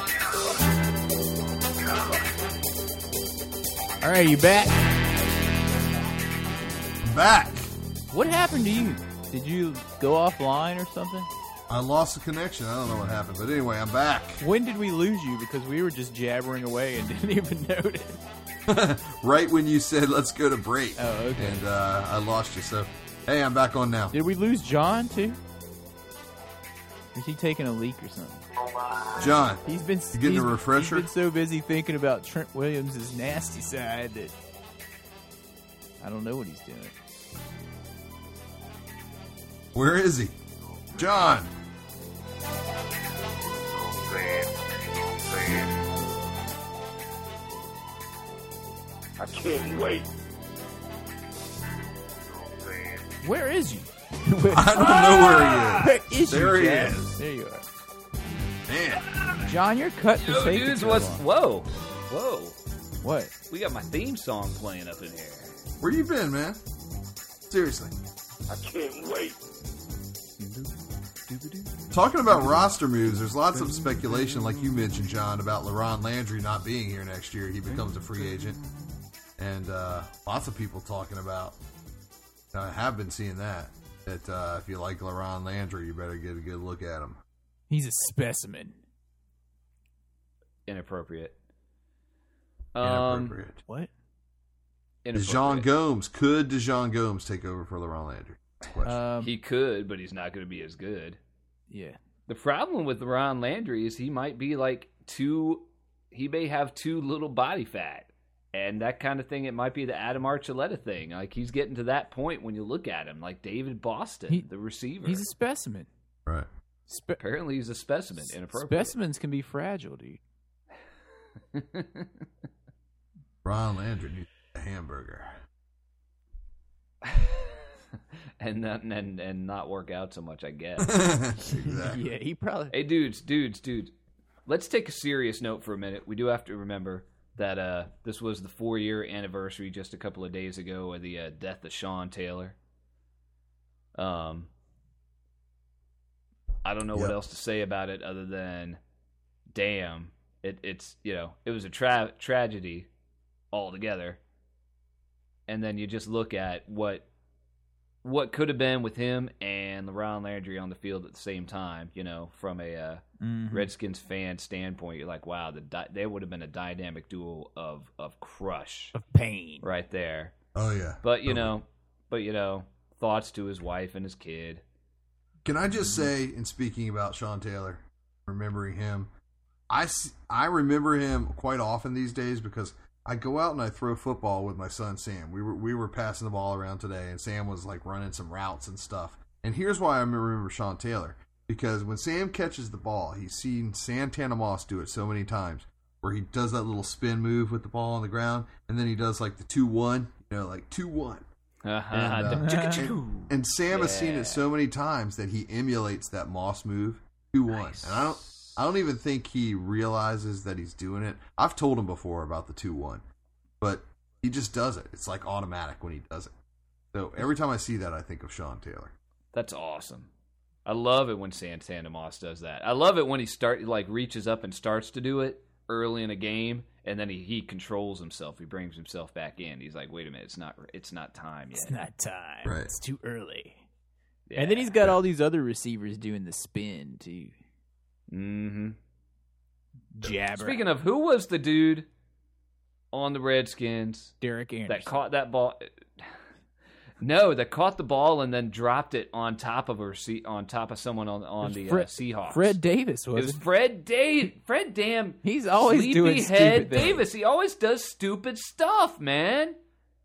Speaker 10: All right, you back?
Speaker 4: Back.
Speaker 3: What happened to you? Did you go offline or something?
Speaker 4: I lost the connection. I don't know what happened, but anyway, I'm back.
Speaker 3: When did we lose you? Because we were just jabbering away and didn't even notice.
Speaker 4: Right when you said let's go to break,
Speaker 3: Oh, okay.
Speaker 4: and uh, I lost you. So, hey, I'm back on now.
Speaker 3: Did we lose John too? Is he taking a leak or something?
Speaker 4: John,
Speaker 3: He's been
Speaker 4: You getting
Speaker 3: he's-
Speaker 4: a refresher?
Speaker 3: He's been so busy thinking about Trent Williams' nasty side that I don't know what he's doing.
Speaker 4: where is he? John,
Speaker 9: I can't wait.
Speaker 1: Oh,
Speaker 3: Where is you? Where,
Speaker 4: I don't know where he is.
Speaker 3: where is
Speaker 4: there
Speaker 3: you?
Speaker 4: he
Speaker 3: Jack?
Speaker 4: is.
Speaker 3: There you are,
Speaker 4: Man,
Speaker 3: John. You're cut for
Speaker 5: Yo,
Speaker 3: taking
Speaker 5: dudes,
Speaker 3: so
Speaker 5: what's
Speaker 3: long.
Speaker 5: whoa, whoa?
Speaker 3: what?
Speaker 5: We got my theme song playing up in here.
Speaker 4: where you been, man? Seriously.
Speaker 9: I can't wait.
Speaker 4: Talking about roster moves, there's lots of speculation, like you mentioned, John, about LaRon Landry not being here next year. He becomes a free agent. And uh, lots of people talking about, and I have been seeing that, that uh, if you like LaRon Landry, you better get a good look at him.
Speaker 3: He's a specimen.
Speaker 5: Inappropriate. Um,
Speaker 4: Inappropriate.
Speaker 3: What?
Speaker 4: DeJon
Speaker 5: inappropriate.
Speaker 4: Gomes. Could DeJon Gomes take over for LaRon Landry? That's the question.
Speaker 3: Um,
Speaker 5: He could, but he's not going to be as good.
Speaker 3: yeah.
Speaker 5: The problem with Ron Landry is he might be like too. He may have too little body fat, and that kind of thing. It might be the Adam Archuleta thing. Like he's getting to that point when you look at him, like David Boston,
Speaker 3: He-
Speaker 5: the receiver.
Speaker 3: He's a specimen.
Speaker 4: right.
Speaker 3: Spe-
Speaker 5: Apparently, he's a specimen. Inappropriate.
Speaker 3: specimens can be fragile, dude.
Speaker 4: Ron Landry needs a hamburger.
Speaker 5: and not, and and not work out so much, I guess.
Speaker 4: exactly.
Speaker 3: Yeah, he probably.
Speaker 5: Hey, dudes, dudes, dudes. Let's take a serious note for a minute. We do have to remember that uh, this was the four year anniversary just a couple of days ago of the uh, death of Sean Taylor. Um, I don't know what
Speaker 4: Yep.
Speaker 5: else to say about it other than, damn, it, it's you know it was a tra- tragedy altogether. And then you just look at what what could have been with him and LeRon Landry on the field at the same time, you know, from a uh,
Speaker 3: Mhm.
Speaker 5: Redskins fan standpoint, you're like, wow, the di- they would have been a dynamic duel of of crush
Speaker 3: of pain.
Speaker 5: right there.
Speaker 4: Oh, yeah.
Speaker 5: But you
Speaker 4: Totally.
Speaker 5: know, but you know, thoughts to his wife and his kid.
Speaker 4: Can I just say, in speaking about Sean Taylor, remembering him, I, s- I remember him quite often these days because I go out and I throw football with my son Sam. We were we were passing the ball around today, and Sam was like running some routes and stuff. And here's why I remember Sean Taylor because when Sam catches the ball, he's seen Santana Moss do it so many times, where he does that little spin move with the ball on the ground, and then he does like the two one, you know, like two one, and, uh, and- and Sam has seen it so many times that he emulates that Moss move two one, and I don't, I don't even think he realizes that he's doing it. I've told him before about the two one, but he just does it. It's like automatic when he does it. So every time I see that, I think of Sean Taylor.
Speaker 5: That's awesome. I love it when Santana Moss does that. I love it when he start like reaches up and starts to do it early in a game, and then he, he controls himself. He brings himself back in. He's like, wait a minute, it's not it's not time yet.
Speaker 3: It's not time.
Speaker 4: Right.
Speaker 3: It's too early. And then he's got all these other receivers doing the spin too.
Speaker 5: Mm-hmm.
Speaker 3: Jabber.
Speaker 5: Speaking of, who was the dude on the Redskins
Speaker 3: Derek Anderson.
Speaker 5: that caught that ball? No, that caught the ball and then dropped it on top of her seat, on top of someone on on the uh,
Speaker 3: Fred-
Speaker 5: Seahawks.
Speaker 3: Fred Davis
Speaker 5: It
Speaker 3: was.
Speaker 5: was
Speaker 3: it?
Speaker 5: Fred Dave. Fred damn.
Speaker 3: He's always doing stupid
Speaker 5: Sleepyhead
Speaker 3: things.
Speaker 5: Davis. He always does stupid stuff, man.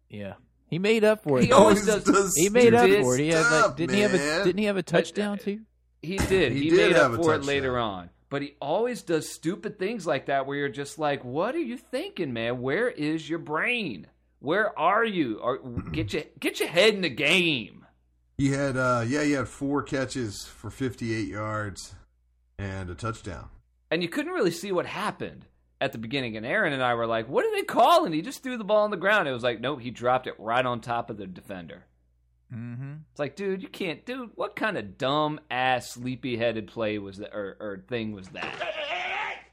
Speaker 3: Yeah, he made up for it.
Speaker 5: He always does.
Speaker 3: He made up
Speaker 5: stupid uh,
Speaker 3: for it. He had like,
Speaker 4: stuff,
Speaker 3: didn't he have a
Speaker 4: man.
Speaker 3: didn't he have a touchdown too?
Speaker 5: He did.
Speaker 4: He
Speaker 5: He,
Speaker 4: did
Speaker 5: made
Speaker 4: have
Speaker 5: up
Speaker 4: a
Speaker 5: for it
Speaker 4: touchdown.
Speaker 5: later on. But he always does stupid things like that where you're just like, what are you thinking, man? Where is your brain? Where are you? Or get your get your head in the game.
Speaker 4: He had uh yeah, he had four catches for 58 yards and a touchdown.
Speaker 5: And you couldn't really see what happened at the beginning. And Aaron and I were like, what did they call? And he just threw the ball on the ground. It was like, nope, he dropped it right on top of the defender.
Speaker 3: Mm-hmm.
Speaker 5: It's like, dude, you can't, dude. What kind of dumb ass, sleepy headed play was that, or, or thing was that?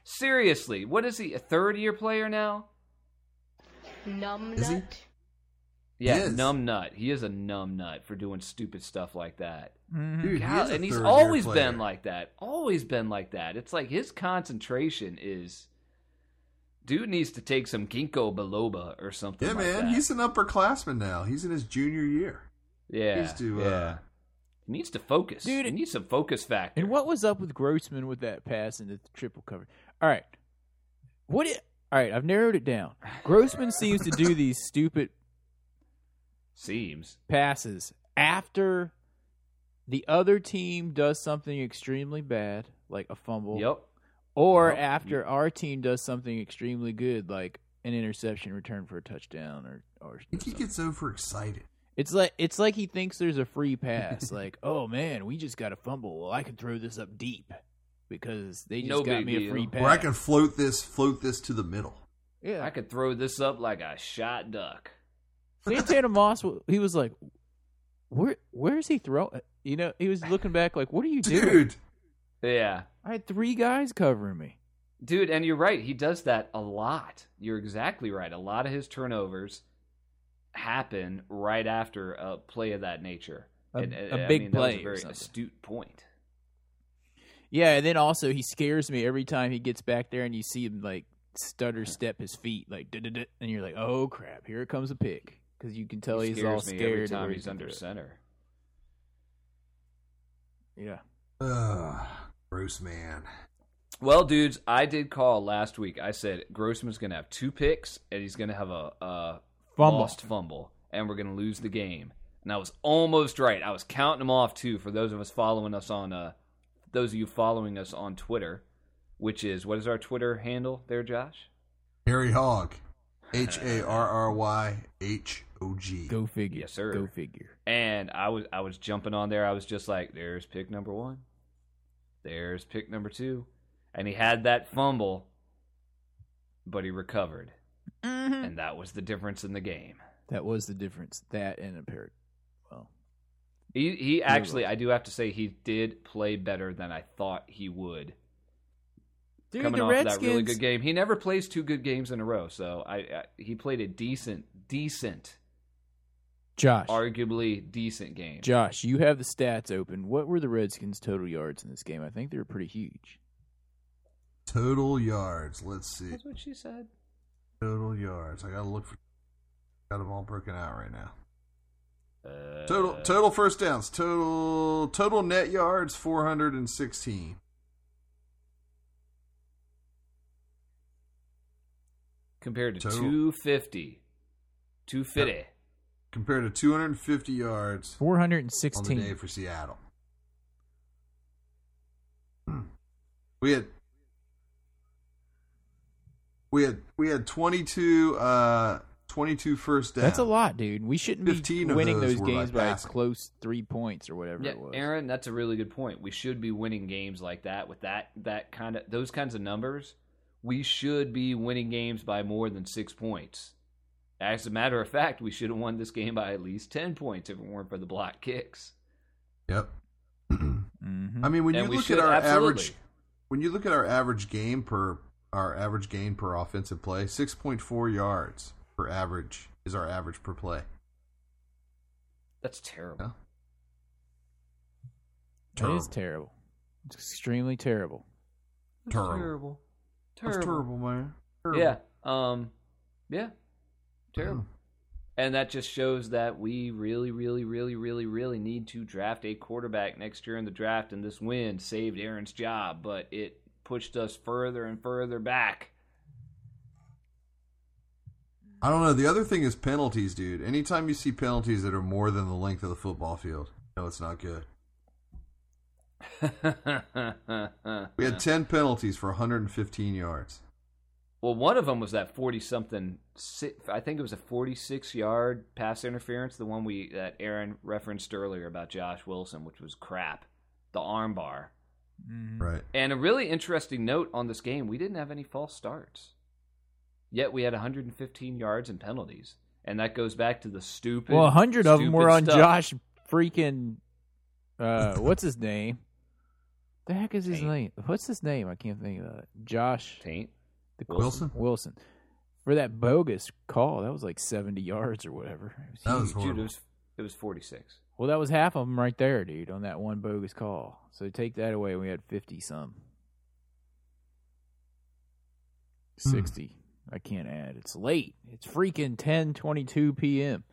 Speaker 5: Seriously, what is he? A third year player now?
Speaker 8: Numb
Speaker 4: Is he?
Speaker 8: nut.
Speaker 5: Yeah,
Speaker 4: Yes.
Speaker 5: numb nut. He is a numb nut for doing stupid stuff like that.
Speaker 3: Mm-hmm.
Speaker 4: Dude,
Speaker 5: God,
Speaker 4: he is a
Speaker 5: and he's
Speaker 4: third-year
Speaker 5: always
Speaker 4: player.
Speaker 5: been like that. Always been like that. It's like his concentration is. Dude needs to take some ginkgo biloba or something.
Speaker 4: Yeah,
Speaker 5: like
Speaker 4: man,
Speaker 5: that.
Speaker 4: he's an upperclassman now. He's in his junior year.
Speaker 5: yeah,
Speaker 4: He's to
Speaker 5: yeah.
Speaker 4: uh
Speaker 5: He needs to focus,
Speaker 3: Dude,
Speaker 5: He needs some focus factor.
Speaker 3: And what was up with Grossman with that pass into the triple cover? All right, what? It, all right, I've narrowed it down. Grossman seems to do these stupid
Speaker 5: seems?
Speaker 3: passes after the other team does something extremely bad, like a fumble,
Speaker 5: Yep.
Speaker 3: or
Speaker 5: Yep.
Speaker 3: after our team does something extremely good, like an interception return for a touchdown, or or
Speaker 4: I think he gets overexcited.
Speaker 3: It's like it's like he thinks there's a free pass. like, oh man, we just got a fumble. Well, I can throw this up deep because they just
Speaker 5: No
Speaker 3: got
Speaker 5: big
Speaker 3: me a
Speaker 5: deal.
Speaker 3: free pass.
Speaker 4: Or I can float this, float this to the middle.
Speaker 3: yeah.
Speaker 5: I could throw this up like a shot duck.
Speaker 3: Santana Moss, w- he was like, where where is he throwing? You know, he was looking back like, what are you doing?
Speaker 4: Dude,
Speaker 5: Yeah.
Speaker 3: I had three guys covering me.
Speaker 5: Dude, and you're right. He does that a lot. You're exactly right. A lot of his turnovers happen right after a play of that nature.
Speaker 3: A-
Speaker 5: And,
Speaker 3: a
Speaker 5: uh, I
Speaker 3: big
Speaker 5: mean, that was
Speaker 3: play or
Speaker 5: a very
Speaker 3: something.
Speaker 5: astute point.
Speaker 3: Yeah, and then also he scares me every time he gets back there, and you see him like stutter step his feet like, "Duh-duh-duh," and you're like, oh crap, here it comes a pick because you can tell
Speaker 5: he
Speaker 3: he's all
Speaker 5: scares me
Speaker 3: scared
Speaker 5: every
Speaker 3: of
Speaker 5: time
Speaker 3: where
Speaker 5: he's
Speaker 3: gonna
Speaker 5: under
Speaker 3: throw it.
Speaker 5: center.
Speaker 3: Yeah.
Speaker 4: Ugh, Bruce man.
Speaker 5: Well, dudes, I did call last week. I said Grossman's going to have two picks and he's going to have a, a
Speaker 3: Fumble.
Speaker 5: lost fumble, and we're going to lose the game. And I was almost right. I was counting them off too. For those of us following us on, uh, those of you following us on Twitter, which is what is our Twitter handle there, Josh?
Speaker 4: Harry Hogg. H A R R Y H O G.
Speaker 3: Go figure.
Speaker 5: Yes, sir.
Speaker 3: Go figure.
Speaker 5: And I was I was jumping on there. I was just like, "There's pick number one. There's pick number two. And he had that fumble, but he recovered,
Speaker 3: Mm-hmm.
Speaker 5: and that was the difference in the game.
Speaker 3: That was the difference. That and a pair. Well,
Speaker 5: He he actually, I do have to say, he did play better than I thought he would.
Speaker 3: dude,
Speaker 5: coming
Speaker 3: the
Speaker 5: off
Speaker 3: Redskins.
Speaker 5: that really good game. He never plays two good games in a row, so I, I he played a decent, decent,
Speaker 3: Josh,
Speaker 5: arguably decent game.
Speaker 3: Josh, you have the stats open. What were the Redskins' total yards in this game? I think they were pretty huge.
Speaker 4: Total yards. Let's see.
Speaker 5: That's what she said.
Speaker 4: Total yards. I gotta look for. Got them all broken out right now.
Speaker 5: Uh,
Speaker 4: Total total first downs. Total total net yards 416.
Speaker 5: compared to
Speaker 4: total.
Speaker 5: two fifty, two fifty.
Speaker 4: Compared to 250 yards
Speaker 3: Four hundred and
Speaker 4: on the day
Speaker 3: sixteen.
Speaker 4: for Seattle. Hmm. We had we had we had 22 uh 22 first downs.
Speaker 3: That's a lot, dude. We shouldn't
Speaker 4: 15
Speaker 3: be
Speaker 4: of
Speaker 3: winning
Speaker 4: those
Speaker 3: those
Speaker 4: were by
Speaker 3: games by a
Speaker 4: passing.
Speaker 3: close three points or whatever
Speaker 5: Yeah,
Speaker 3: it was.
Speaker 5: Aaron, that's a really good point. We should be winning games like that with that that kind of those kinds of numbers. We should be winning games by more than six points. As a matter of fact, we should have won this game by at least ten points if it weren't for the block kicks.
Speaker 4: Yep.
Speaker 3: Mhm.
Speaker 4: I mean, when
Speaker 5: And
Speaker 4: you
Speaker 5: we
Speaker 4: look
Speaker 5: should-
Speaker 4: at our
Speaker 5: absolutely.
Speaker 4: average, when you look at our average game per our average gain per offensive play, six point four yards per average is our average per play.
Speaker 5: That's terrible.
Speaker 4: Yeah.
Speaker 3: It is terrible. It's extremely terrible.
Speaker 4: Terrible.
Speaker 5: Terrible.
Speaker 4: That's
Speaker 5: Terrible.
Speaker 4: terrible, man.
Speaker 5: Yeah. Um. Yeah. Terrible. And that just shows that we really, really, really, really, really need to draft a quarterback next year in the draft. And this win saved Aaron's job, but it pushed us further and further back.
Speaker 4: I don't know. The other thing is penalties, dude. Anytime you see penalties that are more than the length of the football field, no, it's not good. We had 10 penalties for 115 yards.
Speaker 5: Well, one of them was that forty-something. I think it was a forty-six yard pass interference, the one we that Aaron referenced earlier about Josh Wilson, which was crap. The armbar. Mm-hmm.
Speaker 4: Right.
Speaker 5: And a really interesting note on this game: we didn't have any false starts, yet we had 115 yards and penalties, and that goes back to the stupid.
Speaker 3: Well, a hundred of them
Speaker 5: stupid
Speaker 3: were on
Speaker 5: stuff.
Speaker 3: Josh freaking. Uh, what's his name? The heck is his name? What's his name? I can't think of it. Josh
Speaker 5: Taint.
Speaker 3: The
Speaker 4: Wilson?
Speaker 3: Wilson. For that bogus call, that was like seventy yards or whatever. It was
Speaker 4: That was
Speaker 3: huge.
Speaker 5: Dude, it
Speaker 4: horrible.
Speaker 5: was it was 46.
Speaker 3: Well, that was half of them right there, dude, on that one bogus call. So take that away, we had fifty some. Sixty. I can't add. It's late. It's freaking ten twenty two p.m.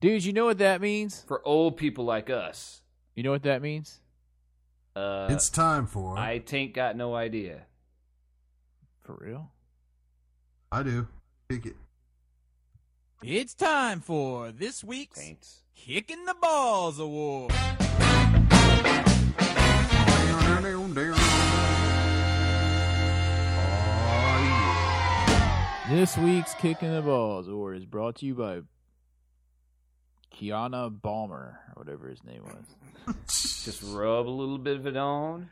Speaker 3: Dude, you know what that means?
Speaker 5: For old people like us,
Speaker 3: You know what that means?
Speaker 5: uh,
Speaker 4: It's time for. I,
Speaker 5: I Taint got no idea.
Speaker 3: For real?
Speaker 4: do. Kick it.
Speaker 11: It's time for this week's
Speaker 5: Taints.
Speaker 11: Kicking the Balls Award.
Speaker 3: This week's Kicking the Balls award is brought to you by Kiana Balmer, or whatever his name was.
Speaker 5: Just rub a little bit of it on.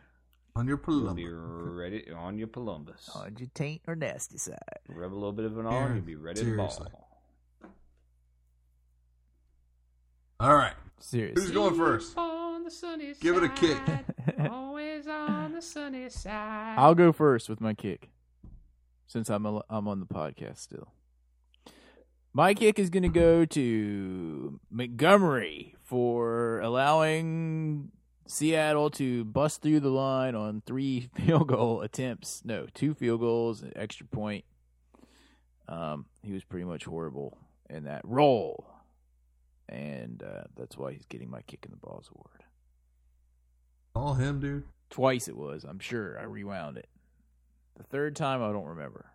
Speaker 4: On your
Speaker 5: You'll be
Speaker 4: palumba.
Speaker 5: ready on your Columbus.
Speaker 3: On your taint or nasty side.
Speaker 5: Rub a little bit of it on. You'll be ready to
Speaker 4: Seriously.
Speaker 5: ball.
Speaker 4: All right. Who's
Speaker 3: Seriously.
Speaker 4: going first?
Speaker 5: On the sunny
Speaker 4: Give it a kick.
Speaker 5: Always on the sunny side.
Speaker 3: I'll go first with my kick, since I'm al- I'm on the podcast still. My kick is going to go to Montgomery for allowing Seattle to bust through the line on three field goal attempts. No, two field goals, an extra point. Um, he was pretty much horrible in that role, and uh, that's why he's getting my kick in the balls award.
Speaker 4: All him, dude.
Speaker 3: Twice it was, I'm sure. I rewound it. The third time, I don't remember.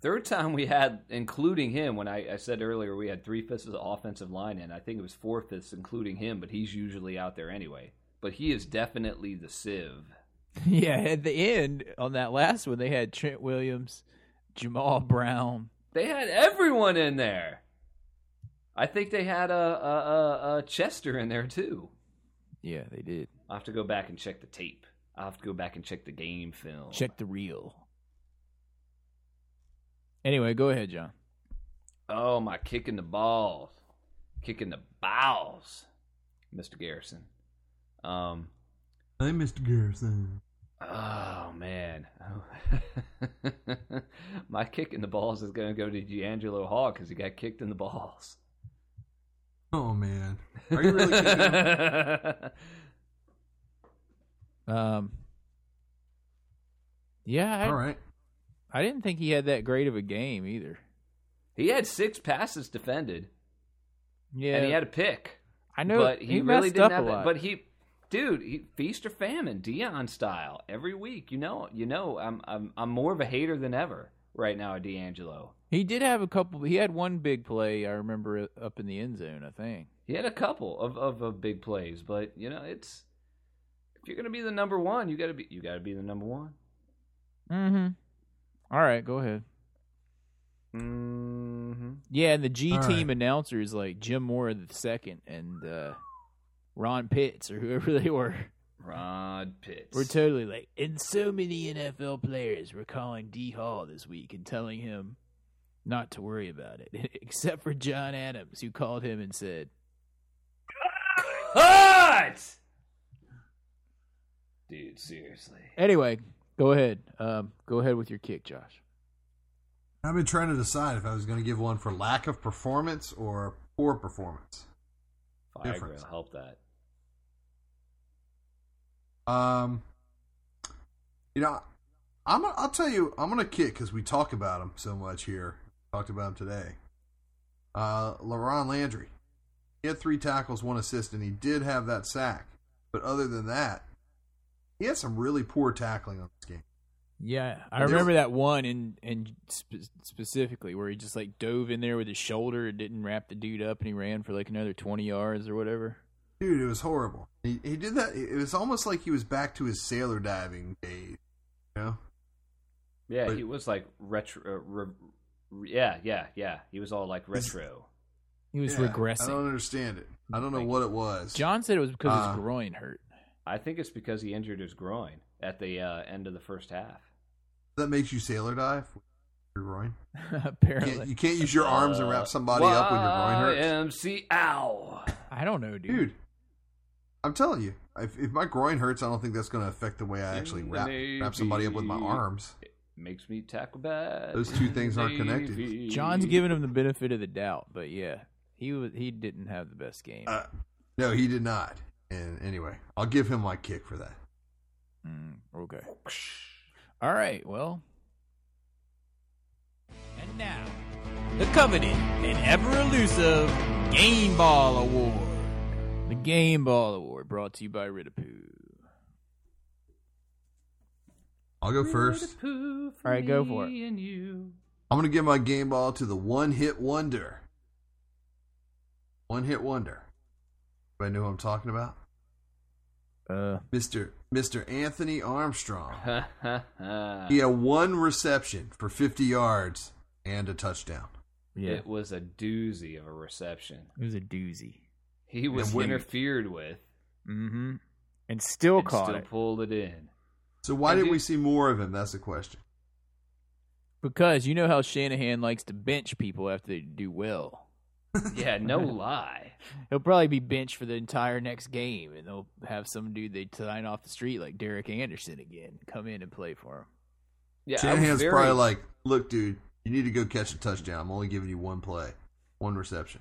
Speaker 5: Third time we had, including him, when I, I said earlier we had three fifths of the offensive line in, I think it was four fifths, including him, but he's usually out there anyway. But he is definitely the sieve.
Speaker 3: yeah, at the end on that last one, they had Trent Williams, Jamal Brown.
Speaker 5: They had everyone in there. I think they had a, a, a, a Chester in there too.
Speaker 3: Yeah, they did.
Speaker 5: I'll have to go back and check the tape. I'll have to go back and check the game film.
Speaker 3: Check the reel. Anyway, go ahead, John.
Speaker 5: Oh, my kicking the balls. Kicking the balls, Mr. Garrison. Um,
Speaker 4: Hey, Mr. Garrison.
Speaker 5: Oh man, my kick in the balls is going to go to D'Angelo Hall because he got kicked in the balls.
Speaker 4: Oh, man. Are you really kicking him?
Speaker 3: Um, yeah, I,
Speaker 4: All right.
Speaker 3: I didn't think he had that great of a game either.
Speaker 5: he had six passes defended,
Speaker 3: Yeah,
Speaker 5: and he had a pick,
Speaker 3: I know,
Speaker 5: but he, really
Speaker 3: messed
Speaker 5: didn't
Speaker 3: up
Speaker 5: have
Speaker 3: a
Speaker 5: it.
Speaker 3: lot.
Speaker 5: But he, dude, he, feast or famine, Dion style, every week. You know, you know, I'm I'm I'm more of a hater than ever right now at D'Angelo.
Speaker 3: he did have a couple. He had one big play I remember up in the end zone. I think.
Speaker 5: He had a couple of, of, of big plays, but you know, it's if you're gonna be the number one, you gotta be you gotta be the number one.
Speaker 3: Mm-hmm. All right, go ahead.
Speaker 5: Mm-hmm.
Speaker 3: Yeah, and the G
Speaker 4: All
Speaker 3: team
Speaker 4: right.
Speaker 3: announcer is like Jim Moore the second and uh, Ron Pitts or whoever they were.
Speaker 5: Rod Pitts.
Speaker 3: We're totally like, and so many NFL players were calling D Hall this week and telling him not to worry about it, except for John Adams, who called him and said,
Speaker 5: Cut! Dude, seriously.
Speaker 3: "Anyway, go ahead, um, go ahead with your kick, Josh."
Speaker 4: I've been trying to decide if I was going to give one for lack of performance or poor performance.
Speaker 5: Viagra
Speaker 4: Difference.
Speaker 5: help that.
Speaker 4: Um, you know, I'm gonna, I'll tell you, I'm gonna kick because we talk about him so much here. Talked about him today. Uh, LaRon Landry, he had three tackles, one assist, and he did have that sack. But other than that, he had some really poor tackling on this game.
Speaker 3: Yeah, I remember that one and and spe- specifically where he just like dove in there with his shoulder and didn't wrap the dude up, and he ran for like another twenty yards or whatever.
Speaker 4: Dude, it was horrible. He, he did that. It was almost like he was back to his sailor diving days. You know?
Speaker 5: Yeah, he was like retro. Uh, re, re- yeah, yeah, yeah. He was all like retro.
Speaker 3: He was
Speaker 4: Yeah,
Speaker 3: regressing.
Speaker 4: I don't understand it. I don't know what it was.
Speaker 3: John said it was because
Speaker 4: Uh,
Speaker 3: his groin hurt.
Speaker 5: I think it's because he injured his groin at the uh, end of the first half.
Speaker 4: That makes you sailor dive. with Your groin. You
Speaker 3: Apparently,
Speaker 4: can't, you can't use your arms and wrap somebody up when your groin hurts.
Speaker 5: MC Ow.
Speaker 3: I don't know, dude.
Speaker 4: Dude, I'm telling you, if, if my groin hurts, I don't think that's going to affect the way I actually
Speaker 5: In the
Speaker 4: wrap wrap somebody up with my
Speaker 5: Navy.
Speaker 4: arms.
Speaker 5: It makes me tackle bad.
Speaker 4: Those two
Speaker 5: in
Speaker 4: things
Speaker 5: the
Speaker 4: aren't connected.
Speaker 5: Navy.
Speaker 3: John's giving him the benefit of the doubt, but yeah, he was he didn't have the best game.
Speaker 4: Uh, no, he did not. And anyway, I'll give him my kick for that.
Speaker 3: Mm, okay. All right. Well,
Speaker 12: And now, the coveted and ever elusive Game Ball Award.
Speaker 3: the Game Ball Award brought to you by Ritapoo.
Speaker 4: I'll go first.
Speaker 5: Poo for
Speaker 3: All right, go for
Speaker 5: me and you.
Speaker 4: I'm going to give my game ball to the one hit wonder. One hit wonder. Anybody know who I'm talking about?
Speaker 3: Uh,
Speaker 4: Mr. Mr. Anthony Armstrong.
Speaker 5: yeah.
Speaker 4: He had one reception for 50 yards and a touchdown.
Speaker 3: yeah,
Speaker 5: It was a doozy of a reception.
Speaker 3: it was a doozy.
Speaker 5: He was
Speaker 4: when-
Speaker 5: interfered with
Speaker 3: Mm-hmm. And still
Speaker 5: and
Speaker 3: caught
Speaker 5: still
Speaker 3: it
Speaker 5: pulled it in.
Speaker 4: So why
Speaker 5: And
Speaker 4: didn't we
Speaker 5: dude-
Speaker 4: see more of him? That's the question.
Speaker 3: because you know how Shanahan likes to bench people after they do well.
Speaker 5: Yeah, no lie.
Speaker 3: He'll probably be benched for the entire next game, and they'll have some dude they sign off the street like Derek Anderson again come in and play for him.
Speaker 5: Yeah, I was
Speaker 4: Shanahan's
Speaker 5: very-
Speaker 4: probably like, look, dude, you need to go catch a touchdown. I'm only giving you one play, one reception.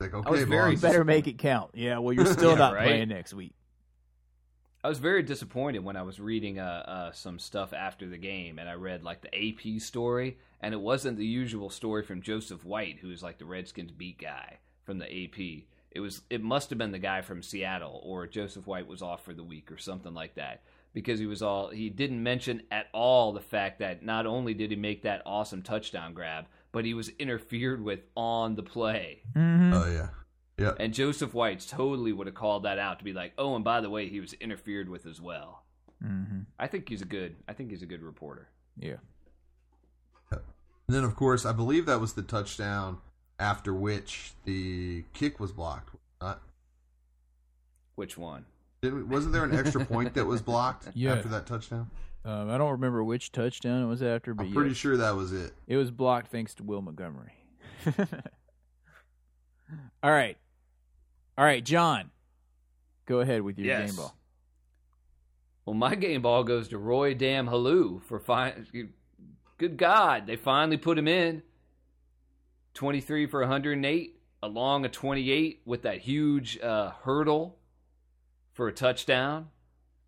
Speaker 4: Like, okay,
Speaker 5: was very
Speaker 4: Bonds,
Speaker 3: You better make it count. Yeah, well, you're still
Speaker 5: Yeah,
Speaker 3: not
Speaker 5: right?
Speaker 3: playing next week.
Speaker 5: I was very disappointed when I was reading uh, uh, some stuff after the game, and I read like the AP story, and it wasn't the usual story from Joseph White, who is like the Redskins beat guy from the AP. It was it must have been the guy from Seattle, or Joseph White was off for the week, or something like that, because he was all he didn't mention at all the fact that not only did he make that awesome touchdown grab, but he was interfered with on the play.
Speaker 3: Mm-hmm. Uh,
Speaker 4: Oh, yeah. Yeah.
Speaker 5: And Joseph White totally would have called that out to be like, oh, and by the way, he was interfered with as well.
Speaker 3: Mm-hmm.
Speaker 5: I think he's a good. I think he's a good reporter.
Speaker 3: Yeah.
Speaker 4: And then, of course, I believe that was the touchdown after which the kick was blocked. Not,
Speaker 5: Which one?
Speaker 4: didn't, wasn't there an extra point that was blocked
Speaker 3: Yeah.
Speaker 4: after that touchdown?
Speaker 3: Um, I don't remember which touchdown it was after, but
Speaker 4: I'm
Speaker 3: yeah,
Speaker 4: pretty sure that was it.
Speaker 3: it was blocked thanks to Will Montgomery. All right, all right, John, go ahead with your
Speaker 5: Yes.
Speaker 3: game ball.
Speaker 5: Well, my game ball goes to Roy Damn Halou for fine. Good God, they finally put him in. Twenty-three for 108, along a 28 with that huge uh, hurdle for a touchdown.